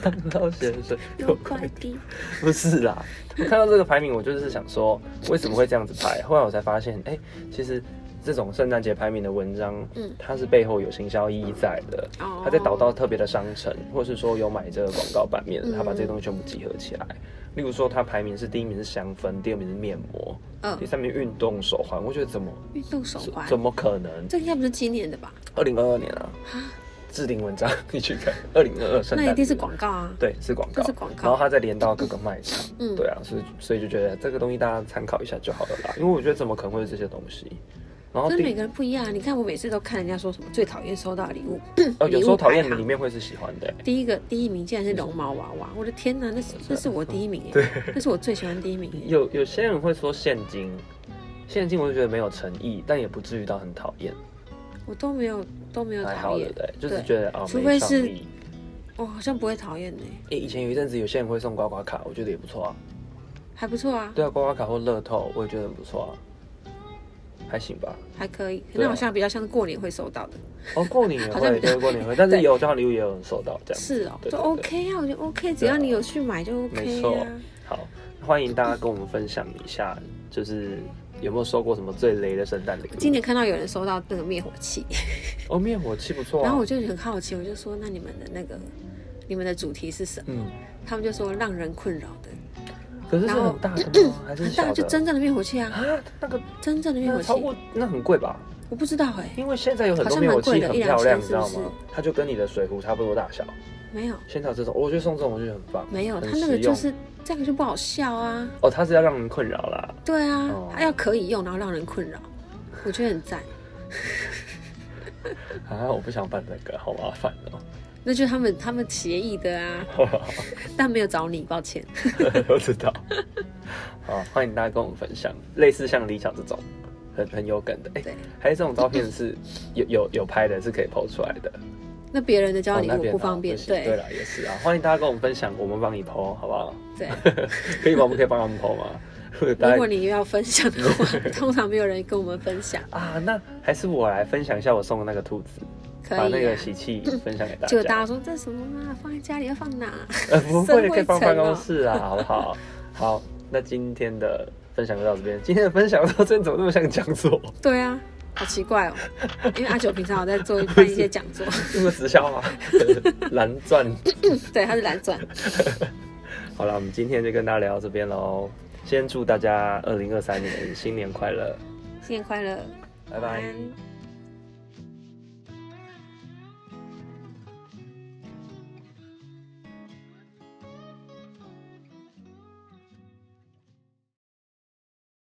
Speaker 1: 当到先生
Speaker 2: 有快递。
Speaker 1: 不是啦，我看到这个排名，我就是想说，为什么会这样子排？后来我才发现，哎、其实这种圣诞节排名的文章，
Speaker 2: 嗯
Speaker 1: 它是背后有行销意义在的，
Speaker 2: 哦
Speaker 1: 它在导到特别的商城，或是说有买这个广告版面
Speaker 2: 嗯，
Speaker 1: 它把这些东西全部集合起来。例如说，它排名是第一名是香氛，第二名是面膜，
Speaker 2: 嗯
Speaker 1: 第，三名运动手环。我觉得怎么
Speaker 2: 运动手环，
Speaker 1: 怎么可能？
Speaker 2: 这应该不是今年的吧？
Speaker 1: 二零二二年啊，置顶文章 你去看，二零二二圣诞
Speaker 2: 那
Speaker 1: 节
Speaker 2: 一定是广告啊。
Speaker 1: 对，是广告，
Speaker 2: 这是广告
Speaker 1: 然后它再连到各个卖场，
Speaker 2: 嗯
Speaker 1: 对啊，所以所以就觉得这个东西大家参考一下就好了啦，因为我觉得怎么可能会有这些东西？然后
Speaker 2: 所以每
Speaker 1: 第
Speaker 2: 个人不一样啊。你看，我每次都看人家说什么最讨厌收到的礼物，
Speaker 1: 呃有时候讨厌
Speaker 2: 礼物啊排行
Speaker 1: 里面会是喜欢的、
Speaker 2: 第一个第一名竟然是绒毛娃娃，我的天哪，那是那是我第一名耶，那是我最喜欢的第一名耶。
Speaker 1: 有有些人会说现金，现金我就觉得没有诚意，但也不至于到很讨厌，
Speaker 2: 我都没有都没有
Speaker 1: 还
Speaker 2: 讨
Speaker 1: 好对
Speaker 2: 厌
Speaker 1: 不，对？就是
Speaker 2: 对
Speaker 1: 觉得啊，
Speaker 2: 除
Speaker 1: 没
Speaker 2: 非
Speaker 1: 上
Speaker 2: 是
Speaker 1: 力。
Speaker 2: 我好像不会讨厌呢，
Speaker 1: 诶以前有一阵子有些人会送刮刮卡，我觉得也不错啊。
Speaker 2: 还不错啊，
Speaker 1: 对啊，刮刮卡或乐透，我也觉得很不错啊，还行吧。
Speaker 2: 还可以。
Speaker 1: 对啊
Speaker 2: 那好像比较像是过年会收到的，
Speaker 1: 哦，过年也
Speaker 2: 好像
Speaker 1: 会，
Speaker 2: 比较
Speaker 1: 对，过年也会，但是
Speaker 2: 对
Speaker 1: 也有交换礼物也有人收到这样。
Speaker 2: 是哦，
Speaker 1: 对
Speaker 2: 就
Speaker 1: 对对
Speaker 2: OK 啊，我觉得 OK，只要你有去买就
Speaker 1: 没
Speaker 2: OK
Speaker 1: 错
Speaker 2: 啊。，
Speaker 1: 好，欢迎大家跟我们分享一下，就是有没有收过什么最雷的圣诞礼物？
Speaker 2: 今年看到有人收到那个灭火器，
Speaker 1: 哦，灭火器不错、啊。
Speaker 2: 然后我就很好奇，我就说那你们的那个你们的主题是什么？
Speaker 1: 嗯，
Speaker 2: 他们就说让人困扰的，
Speaker 1: 可是是
Speaker 2: 然后
Speaker 1: 很大的吗？还是
Speaker 2: 很
Speaker 1: 小
Speaker 2: 大
Speaker 1: 的？
Speaker 2: 就真正的灭火器啊，
Speaker 1: 啊，那个
Speaker 2: 真正的灭
Speaker 1: 那
Speaker 2: 火
Speaker 1: 个
Speaker 2: 器
Speaker 1: 超，过那很贵吧？
Speaker 2: 我不知道哎，
Speaker 1: 因为现在有很
Speaker 2: 好
Speaker 1: 多
Speaker 2: 像
Speaker 1: 灭火
Speaker 2: 蛮贵
Speaker 1: 器
Speaker 2: 的
Speaker 1: 很
Speaker 2: 一两
Speaker 1: 漂亮，
Speaker 2: 千
Speaker 1: 你知道
Speaker 2: 是不
Speaker 1: 吗？它就跟你的水壶差不多大小。
Speaker 2: 没有
Speaker 1: 现在有这种，哦我觉得送这种我觉得很棒。
Speaker 2: 没有，
Speaker 1: 很
Speaker 2: 他那个
Speaker 1: 实用
Speaker 2: 就是这样就不好笑啊，
Speaker 1: 哦，它是要让人困扰啦。
Speaker 2: 对啊
Speaker 1: 哦，
Speaker 2: 他要可以用，然后让人困扰，我觉得很赞。
Speaker 1: 啊，我不想办这个，好麻烦哦。
Speaker 2: 那就是他们他们协议的 啊，但没有找你，抱歉。
Speaker 1: 都知道。好，欢迎大家跟我们分享类似像李巧这种很很有梗的，哎、
Speaker 2: 对
Speaker 1: 还有这种照片 是有有有拍的，是可以剖出来的。
Speaker 2: 那别人的
Speaker 1: 哦
Speaker 2: 交换礼
Speaker 1: 那
Speaker 2: 物
Speaker 1: 边
Speaker 2: 不
Speaker 1: 啊
Speaker 2: 方便，
Speaker 1: 行对
Speaker 2: 对
Speaker 1: 啦，也是啊，欢迎大家跟我们分享，我们帮你剖，好不好？
Speaker 2: 对。
Speaker 1: 可以吗？我们可以帮他们剖吗？ 如果 大
Speaker 2: 如果
Speaker 1: 家
Speaker 2: 你又要分享的 话，通常没有人跟我们分享，
Speaker 1: 啊，那还是我来分享一下我送的那个兔子，
Speaker 2: 可
Speaker 1: 把
Speaker 2: 以、
Speaker 1: 那
Speaker 2: 啊
Speaker 1: 个。喜气分享给大
Speaker 2: 结
Speaker 1: 家。
Speaker 2: 果大家说这什么啊，放在家里要放哪？
Speaker 1: 呃，不
Speaker 2: 生
Speaker 1: 会，
Speaker 2: 灰
Speaker 1: 可以放办
Speaker 2: 尘
Speaker 1: 公
Speaker 2: 哦
Speaker 1: 室啊，好不好？好，那今天的分享就到这边。今天的分享到这边怎么那么像讲座？
Speaker 2: 对啊，好奇 怪哦，因为阿九平常有在做办一些讲座，
Speaker 1: 这么直销啊，蓝钻。
Speaker 2: 对，他是蓝钻，
Speaker 1: 好了，我们今天就跟大家聊到这边喽。先祝大家二零二三年新年快乐，
Speaker 2: 新年快乐，
Speaker 1: 拜
Speaker 2: 晚
Speaker 1: 拜。
Speaker 2: 安。